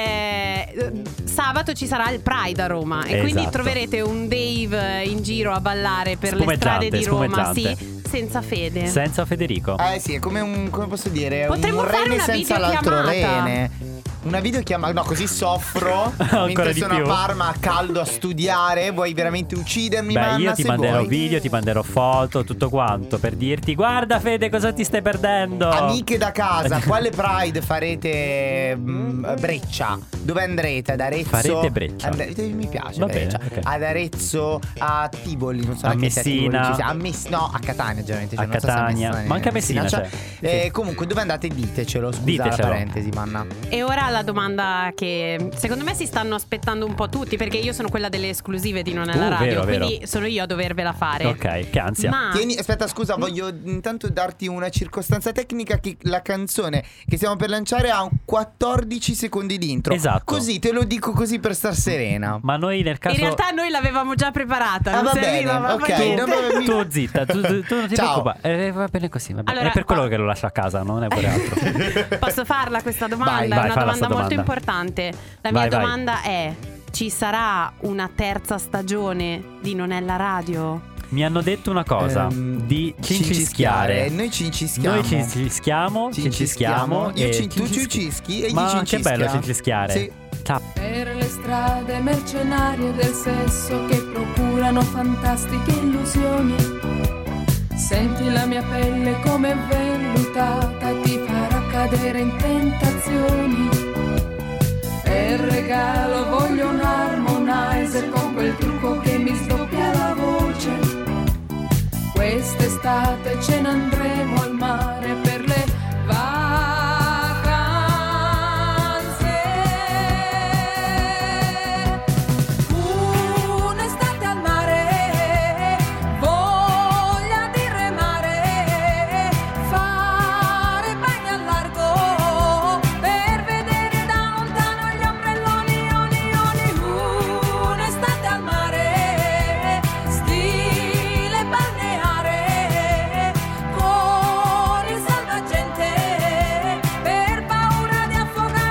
Speaker 5: eh, sabato ci sarà il Pride a Roma. E quindi
Speaker 1: Esatto.
Speaker 5: troverete un Dave in giro a ballare per le
Speaker 1: Spumeggiante,
Speaker 5: strade di Roma.
Speaker 1: spumeggiante.
Speaker 5: Sì, senza fede.
Speaker 1: Senza Federico.
Speaker 2: Eh sì, è come un. come posso dire?
Speaker 5: Potremmo
Speaker 2: un
Speaker 5: fare
Speaker 2: rene
Speaker 5: una
Speaker 2: senza l'altro
Speaker 5: videochiamata.
Speaker 2: rene. Una videochiamata. No, così soffro.
Speaker 1: Ancora
Speaker 2: mentre
Speaker 1: di
Speaker 2: sono
Speaker 1: più.
Speaker 2: a Parma a caldo a studiare. Vuoi veramente uccidermi?
Speaker 1: Beh,
Speaker 2: mamma,
Speaker 1: io ti
Speaker 2: se
Speaker 1: manderò
Speaker 2: vuoi.
Speaker 1: video, ti manderò foto, tutto quanto per dirti guarda Fede cosa ti stai perdendo.
Speaker 2: Amiche da casa, quale Pride farete mm, Breccia? Dove andrete? Ad Arezzo?
Speaker 1: Farete Breccia.
Speaker 2: Andrete- eh, mi piace
Speaker 1: Va bene,
Speaker 2: Breccia.
Speaker 1: ok.
Speaker 2: Ad Arezzo, a Tivoli, non so
Speaker 1: A
Speaker 2: neanche se
Speaker 1: Messina.
Speaker 2: Tivoli ci sia. a Mes- no, a Catania generalmente. cioè,
Speaker 1: A
Speaker 2: non so se
Speaker 1: Catania.
Speaker 2: Messina-
Speaker 1: Ma anche a Messina c'è.
Speaker 2: Eh, Comunque, dove andate? Ditecelo, scusa
Speaker 1: Ditecelo.
Speaker 2: la parentesi, manna.
Speaker 5: E ora la domanda che secondo me si stanno aspettando un po' tutti, perché io sono quella delle esclusive di Non è la
Speaker 1: Uh,
Speaker 5: radio,
Speaker 1: vero, vero.
Speaker 5: quindi sono io a dovervela fare.
Speaker 1: Ok, che ansia.
Speaker 5: Ma Mm.
Speaker 2: Tieni, aspetta, scusa, voglio intanto darti una circostanza tecnica che la canzone che stiamo per lanciare ha 14 secondi di intro.
Speaker 1: Esatto.
Speaker 2: Così te lo dico così per star serena.
Speaker 1: Ma noi nel caso
Speaker 5: in realtà noi l'avevamo già preparata,
Speaker 2: Ah,
Speaker 5: non
Speaker 2: va
Speaker 5: serviva
Speaker 2: bene,
Speaker 5: proprio
Speaker 2: ok,
Speaker 5: niente.
Speaker 2: non avevi-
Speaker 1: tu zitta, tu, tu- tu non ti
Speaker 2: Ciao. ah.
Speaker 1: preoccupare. Eh, va bene così, va bene.
Speaker 5: Allora,
Speaker 1: è per quello
Speaker 5: qua-
Speaker 1: che lo lascio a casa, non è per altro.
Speaker 5: Posso farla questa domanda?
Speaker 2: Vai,
Speaker 5: è
Speaker 1: vai,
Speaker 5: una
Speaker 1: falla
Speaker 5: domanda
Speaker 1: sta
Speaker 5: molto
Speaker 1: domanda.
Speaker 5: importante. La
Speaker 1: Vai,
Speaker 5: mia
Speaker 1: vai.
Speaker 5: domanda è: ci sarà una terza stagione di Non è la radio?
Speaker 1: Mi hanno detto una cosa
Speaker 2: Ehm,
Speaker 1: di
Speaker 2: cincischiare.
Speaker 1: cincischiare.
Speaker 2: Noi cincischiamo.
Speaker 1: Noi cincischiamo, cincischiamo.
Speaker 2: Io
Speaker 1: e
Speaker 2: cin- tu
Speaker 1: cincis-
Speaker 2: cincischi e gli
Speaker 1: Ma che
Speaker 2: cincischia.
Speaker 1: bello cincischiare.
Speaker 2: Sì.
Speaker 1: Ciao.
Speaker 4: Per le strade mercenarie del sesso che procurano fantastiche illusioni. Senti la mia pelle come vellutata, ti farà cadere in tentazioni. Per regalo voglio un harmonizer con quel trucco che mi sdoppia la voce. Quest'estate ce ne andremo al mare per le vacanze. Un'estate al mare, voglia di remare, fare bagno al largo per vedere da lontano gli ombrelloni, oni, oni. Un'estate al mare, stile balneare, con il salvagente per paura di affogare.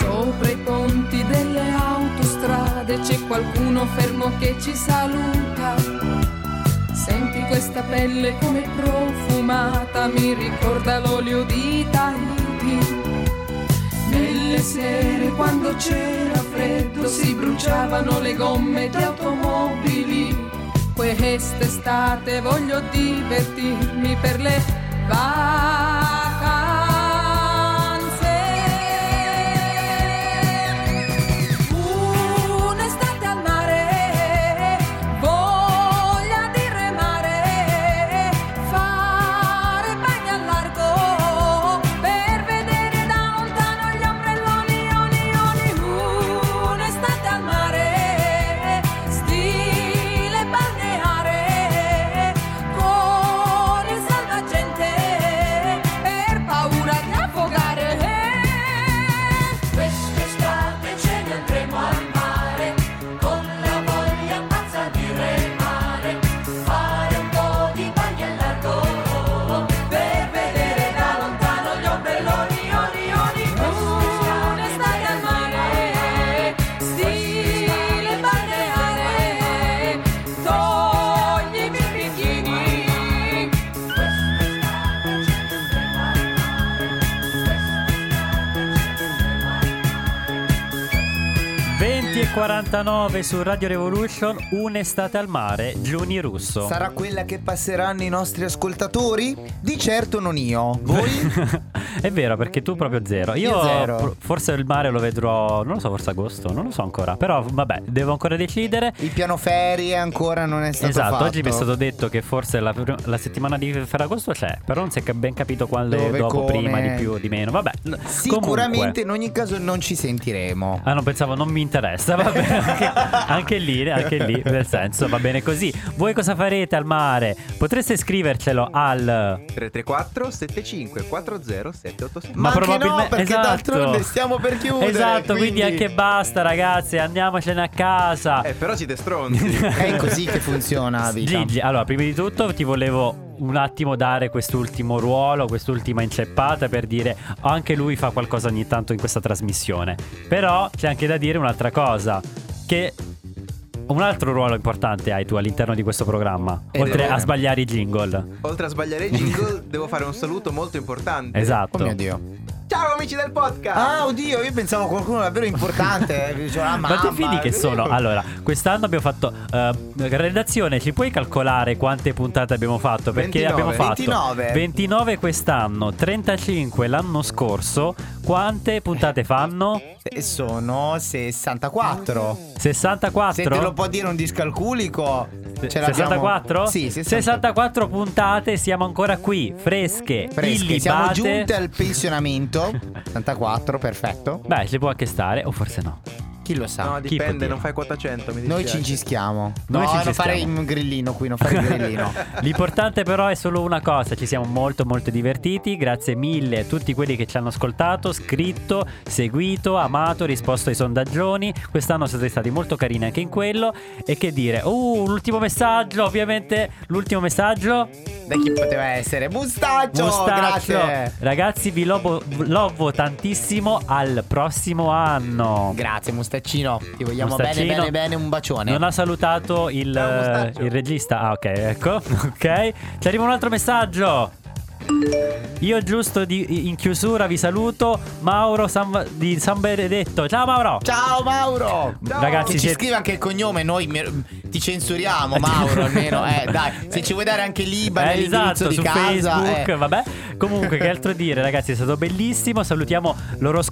Speaker 4: Sopra i ponti delle autostrade c'è qualcuno fermo che ci saluta. Senti questa pelle come profumata, mi ricorda l'olio di Tahiti. Nelle sere quando c'era freddo si bruciavano le gomme di automobili. Quest'estate voglio divertirmi per le vacanze. Un'estate al mare, voglia di remare, fare bagno al largo per vedere da lontano gli ombrelloni, oni, oni. Un'estate al mare, stile balneare, con il salvagente per paura di affogare. Quest'estate ce ne andremo al mare, con la voglia pazza di remare, fare un po' di bagno al largo, per vedere da lontano gli ombrelloni, oni, oni. Un'estate al mare, stile balneare, toglimi i bikini.
Speaker 1: Ciao. 20 e 49 su Radio Revolution, un'estate al mare, Giuni Russo.
Speaker 2: Sarà quella che passeranno i nostri ascoltatori? Di certo non io. Voi?
Speaker 1: è vero, perché tu proprio zero. Io,
Speaker 2: Io zero.
Speaker 1: pro- forse il mare lo vedrò, non lo so, forse agosto, non lo so ancora. Però vabbè, devo ancora decidere.
Speaker 2: Il piano ferie ancora non è stato
Speaker 1: esatto,
Speaker 2: fatto.
Speaker 1: oggi mi è stato detto che forse la, pr- la settimana di Ferragosto c'è, però non si è ca- ben capito quale
Speaker 2: Dove,
Speaker 1: dopo,
Speaker 2: come.
Speaker 1: prima, di più, di meno. Vabbè, l-
Speaker 2: Sicuramente
Speaker 1: comunque-
Speaker 2: in ogni caso non ci sentiremo.
Speaker 1: Ah no, pensavo non mi interessa, va bene, anche, anche lì, anche lì, nel senso, va bene così. Voi cosa farete al mare? Potreste scrivercelo al...
Speaker 3: 334 75 40 7, 8, 7.
Speaker 2: Ma, anche
Speaker 1: probabilme-
Speaker 2: no, perché
Speaker 1: esatto.
Speaker 2: d'altronde stiamo per chiudere.
Speaker 1: Esatto, quindi
Speaker 2: quindi
Speaker 1: anche basta, ragazzi, andiamocene a casa.
Speaker 3: Eh, però siete stronzi.
Speaker 2: È così che funziona la vita.
Speaker 1: Gigi, allora, prima di tutto ti volevo un attimo dare quest'ultimo ruolo, quest'ultima inceppata per dire anche lui fa qualcosa ogni tanto in questa trasmissione. Però c'è anche da dire un'altra cosa, che un altro ruolo importante hai tu all'interno di questo programma,
Speaker 3: Eh,
Speaker 1: oltre
Speaker 3: devo-
Speaker 1: a sbagliare i jingle.
Speaker 3: Oltre a sbagliare i jingle, devo fare un saluto molto importante.
Speaker 1: Esatto.
Speaker 2: Oh mio dio.
Speaker 3: Ciao amici del podcast!
Speaker 2: Ah, oddio, io pensavo qualcuno davvero importante. eh, cioè, la
Speaker 1: Ma
Speaker 2: mamma.
Speaker 1: te fidi che sono? Allora, quest'anno abbiamo fatto. eh, redazione, ci puoi calcolare quante puntate abbiamo fatto? Perché
Speaker 3: 29.
Speaker 1: abbiamo fatto
Speaker 2: 29.
Speaker 1: 29 quest'anno, 35 l'anno scorso. Quante puntate fanno?
Speaker 2: Eh, Sono 64. Se te lo
Speaker 1: 64?
Speaker 2: può dire un discalculico, ce l'abbiamo-
Speaker 1: 64?
Speaker 2: Sì, 64.
Speaker 1: 64 puntate, siamo ancora qui, fresche,
Speaker 2: Freschi,
Speaker 1: illibate.
Speaker 2: siamo giunti al pensionamento. 64, perfetto.
Speaker 1: Beh, ci può anche stare, o forse no.
Speaker 2: Chi lo sa?
Speaker 3: No,
Speaker 1: Chi può
Speaker 3: dipende,
Speaker 1: dire?
Speaker 3: non fai 400, mi dispiace.
Speaker 2: Noi ci incischiamo. no,
Speaker 1: Noi ci
Speaker 2: non
Speaker 1: incischiamo.
Speaker 2: fare un grillino qui, non fare il grillino.
Speaker 1: L'importante però è solo una cosa, ci siamo molto molto divertiti, grazie mille a tutti quelli che ci hanno ascoltato, scritto, seguito, amato, risposto ai sondaggioni, quest'anno siete stati molto carini anche in quello e che dire, uh, l'ultimo messaggio, ovviamente l'ultimo messaggio,
Speaker 2: da chi poteva essere? Mustaccio!
Speaker 1: Mustaccio.
Speaker 2: Grazie!
Speaker 1: ragazzi vi lovo, lovo tantissimo al prossimo anno.
Speaker 2: Grazie, Mustaccino. Ti vogliamo
Speaker 1: Mustaccino.
Speaker 2: bene, bene, bene. Un bacione.
Speaker 1: Non ha salutato il,
Speaker 3: Ciao, Mustaccio.
Speaker 1: il regista. Ah, ok, ecco. Ok. Ci arriva un altro messaggio. Io giusto di- in chiusura vi saluto Mauro San- di San Benedetto. Ciao Mauro.
Speaker 2: Ciao, Mauro!
Speaker 1: Ragazzi,
Speaker 2: Che ci
Speaker 1: se-
Speaker 2: scrive anche il cognome, noi mi- ti censuriamo, Mauro. almeno, eh, dai, se ci vuoi dare anche l'IBA,
Speaker 1: Eh, esatto,
Speaker 2: di
Speaker 1: su
Speaker 2: casa,
Speaker 1: Facebook,
Speaker 2: eh.
Speaker 1: vabbè. Comunque, che altro dire, ragazzi, è stato bellissimo. Salutiamo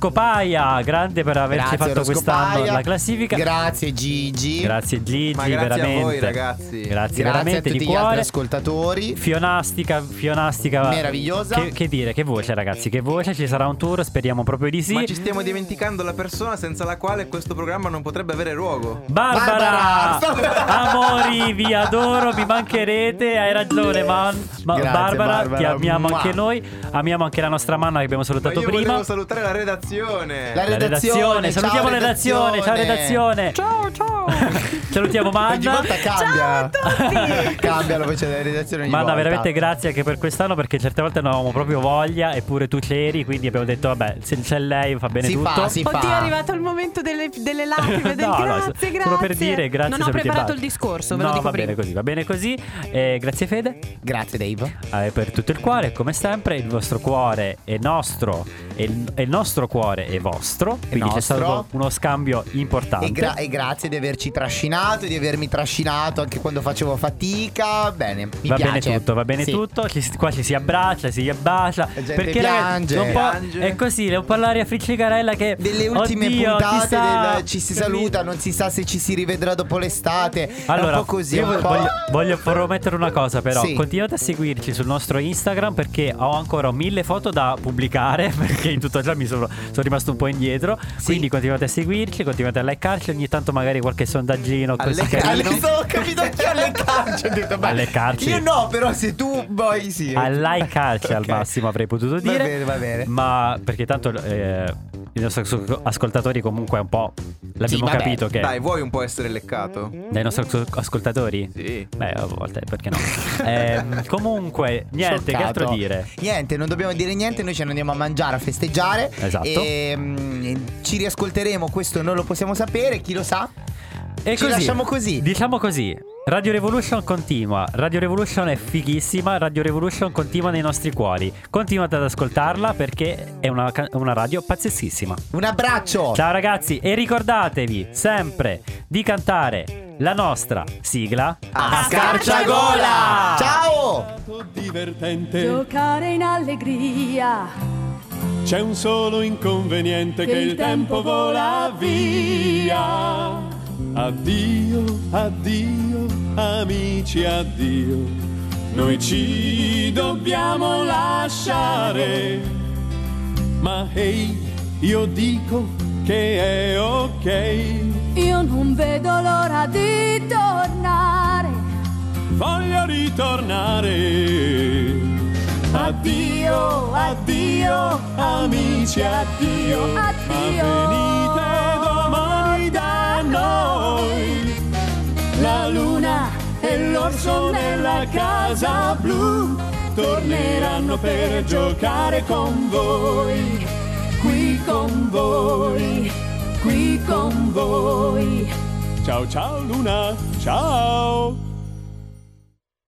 Speaker 1: l'Oroscopaia, grande per averci
Speaker 2: Grazie,
Speaker 1: fatto quest'anno
Speaker 2: Roscopaia.
Speaker 1: la classifica.
Speaker 2: Grazie, Gigi.
Speaker 1: grazie Gigi,
Speaker 3: Ma grazie a
Speaker 1: veramente.
Speaker 3: voi, ragazzi.
Speaker 1: Grazie,
Speaker 2: Grazie a
Speaker 1: veramente
Speaker 2: tutti
Speaker 1: di
Speaker 2: gli altri
Speaker 1: cuore.
Speaker 2: ascoltatori.
Speaker 1: Fionastica, fionastica.
Speaker 2: Meravigliosa.
Speaker 1: Che, che dire, che voce ragazzi, che voce, ci sarà un tour, speriamo proprio di sì.
Speaker 3: Ma ci stiamo dimenticando la persona senza la quale questo programma non potrebbe avere luogo.
Speaker 1: Barbara,
Speaker 2: Barbara!
Speaker 1: amori, vi adoro, vi mancherete, Eh, hai ragione ma, ma-
Speaker 2: Grazie,
Speaker 1: Barbara, ti
Speaker 2: Barbara.
Speaker 1: abbiamo
Speaker 2: Mua.
Speaker 1: anche noi, amiamo anche la nostra mamma che abbiamo
Speaker 3: Ma
Speaker 1: salutato
Speaker 3: io
Speaker 1: prima.
Speaker 3: volevo salutare la redazione.
Speaker 2: La
Speaker 1: La redazione,
Speaker 2: Ciao,
Speaker 1: salutiamo la redazione, ciao redazione.
Speaker 10: Ciao, ciao.
Speaker 1: Salutiamo
Speaker 2: Ogni
Speaker 1: Manna.
Speaker 2: volta cambia. cambia la voce della redazione. ogni
Speaker 1: Manna,
Speaker 2: volta.
Speaker 1: veramente grazie anche per quest'anno perché certe volte non avevamo proprio voglia, eppure tu c'eri, quindi abbiamo detto vabbè, se c'è lei va bene
Speaker 2: Si
Speaker 1: tutto.
Speaker 2: fa, si
Speaker 5: Oddio, è
Speaker 2: fa.
Speaker 5: arrivato il momento delle, delle lacrime. del
Speaker 1: No, no,
Speaker 5: grazie, grazie.
Speaker 1: solo per dire grazie.
Speaker 5: Non ho
Speaker 1: sempre che basta.
Speaker 5: preparato il discorso, ve lo
Speaker 1: No,
Speaker 5: dico
Speaker 1: va
Speaker 5: prima.
Speaker 1: bene così, va bene così. Eh, grazie Fede
Speaker 2: Grazie, Dave.
Speaker 1: eh, per tutto il cuore, come sempre il vostro cuore è nostro e il, e il nostro cuore è vostro, quindi c'è
Speaker 2: nostro.
Speaker 1: stato uno scambio importante.
Speaker 2: E, gra- e grazie di averci trascinato, di avermi trascinato anche quando facevo fatica. Bene, mi
Speaker 1: va
Speaker 2: piace.
Speaker 1: bene tutto, va bene
Speaker 2: Sì.
Speaker 1: tutto, ci si- qua ci si abbraccia, si bacia.
Speaker 2: gente
Speaker 1: perché ragazzi,
Speaker 2: piange.
Speaker 1: non può-
Speaker 3: Piange.
Speaker 1: è così, è un po' l'aria friccicarella che
Speaker 2: Delle ultime
Speaker 1: oddio,
Speaker 2: puntate
Speaker 1: chissà,
Speaker 2: del- ci si
Speaker 1: capito?
Speaker 2: saluta, non si sa se ci si rivedrà dopo l'estate.
Speaker 1: Allora,
Speaker 2: è un po' così, è
Speaker 1: io
Speaker 2: un
Speaker 1: voglio,
Speaker 2: po'-
Speaker 1: voglio, voglio promettere una cosa però,
Speaker 2: Sì.
Speaker 1: continuate a seguirci sul nostro Instagram perché ho ancora mille foto da pubblicare perché in tutto ciò mi sono, sono rimasto un po' indietro, quindi continuate a seguirci, continuate a likarci, ogni tanto magari qualche sondaggino così
Speaker 3: likarci?
Speaker 1: carino.
Speaker 2: Alle- ho capito anch'io alle calci. Ho detto, beh,
Speaker 1: Alle calci.
Speaker 2: Io no, però se tu vuoi sì.
Speaker 1: A likarci al
Speaker 2: Ok.
Speaker 1: massimo avrei potuto dire
Speaker 2: Va bene, va bene.
Speaker 1: Ma perché tanto eh, i nostri asco- ascoltatori comunque un po' l'abbiamo
Speaker 2: vabbè.
Speaker 1: capito che
Speaker 3: Dai, vuoi un po' essere leccato?
Speaker 1: dai nostri asco- ascoltatori
Speaker 3: Sì.
Speaker 1: Beh, a volte perché no? Ehm, comunque, niente, che
Speaker 2: Scioccato.
Speaker 1: altro dire?
Speaker 2: Niente, non dobbiamo dire niente, noi ce ne andiamo a mangiare, a festeggiare.
Speaker 1: Esatto.
Speaker 2: E, mm, ci riascolteremo, questo non lo possiamo sapere, chi lo sa?
Speaker 1: E
Speaker 2: Ci lasciamo così.
Speaker 1: Diciamo così. Radio Revolution continua. Radio Revolution è fighissima. Radio Revolution continua nei nostri cuori. Continuate ad ascoltarla perché è una, ca- una radio pazzescissima.
Speaker 2: Un abbraccio.
Speaker 1: Ciao ragazzi e ricordatevi sempre di cantare la nostra sigla
Speaker 2: A scarciagola! Ciao!
Speaker 10: Divertente.
Speaker 4: Giocare in allegria.
Speaker 10: C'è un solo inconveniente
Speaker 4: Che il tempo vola
Speaker 10: via. Addio, addio, amici, addio. Noi ci dobbiamo lasciare. Ma ehi, io dico che è ok.
Speaker 4: Io non vedo l'ora di tornare.
Speaker 10: Voglio ritornare.
Speaker 13: Addio, addio, amici, addio.
Speaker 14: Addio.
Speaker 13: Ma venite domani da noi. La luna e l'orso nella casa blu torneranno per giocare con voi. Qui con voi, qui con voi. Ciao, ciao, luna, ciao.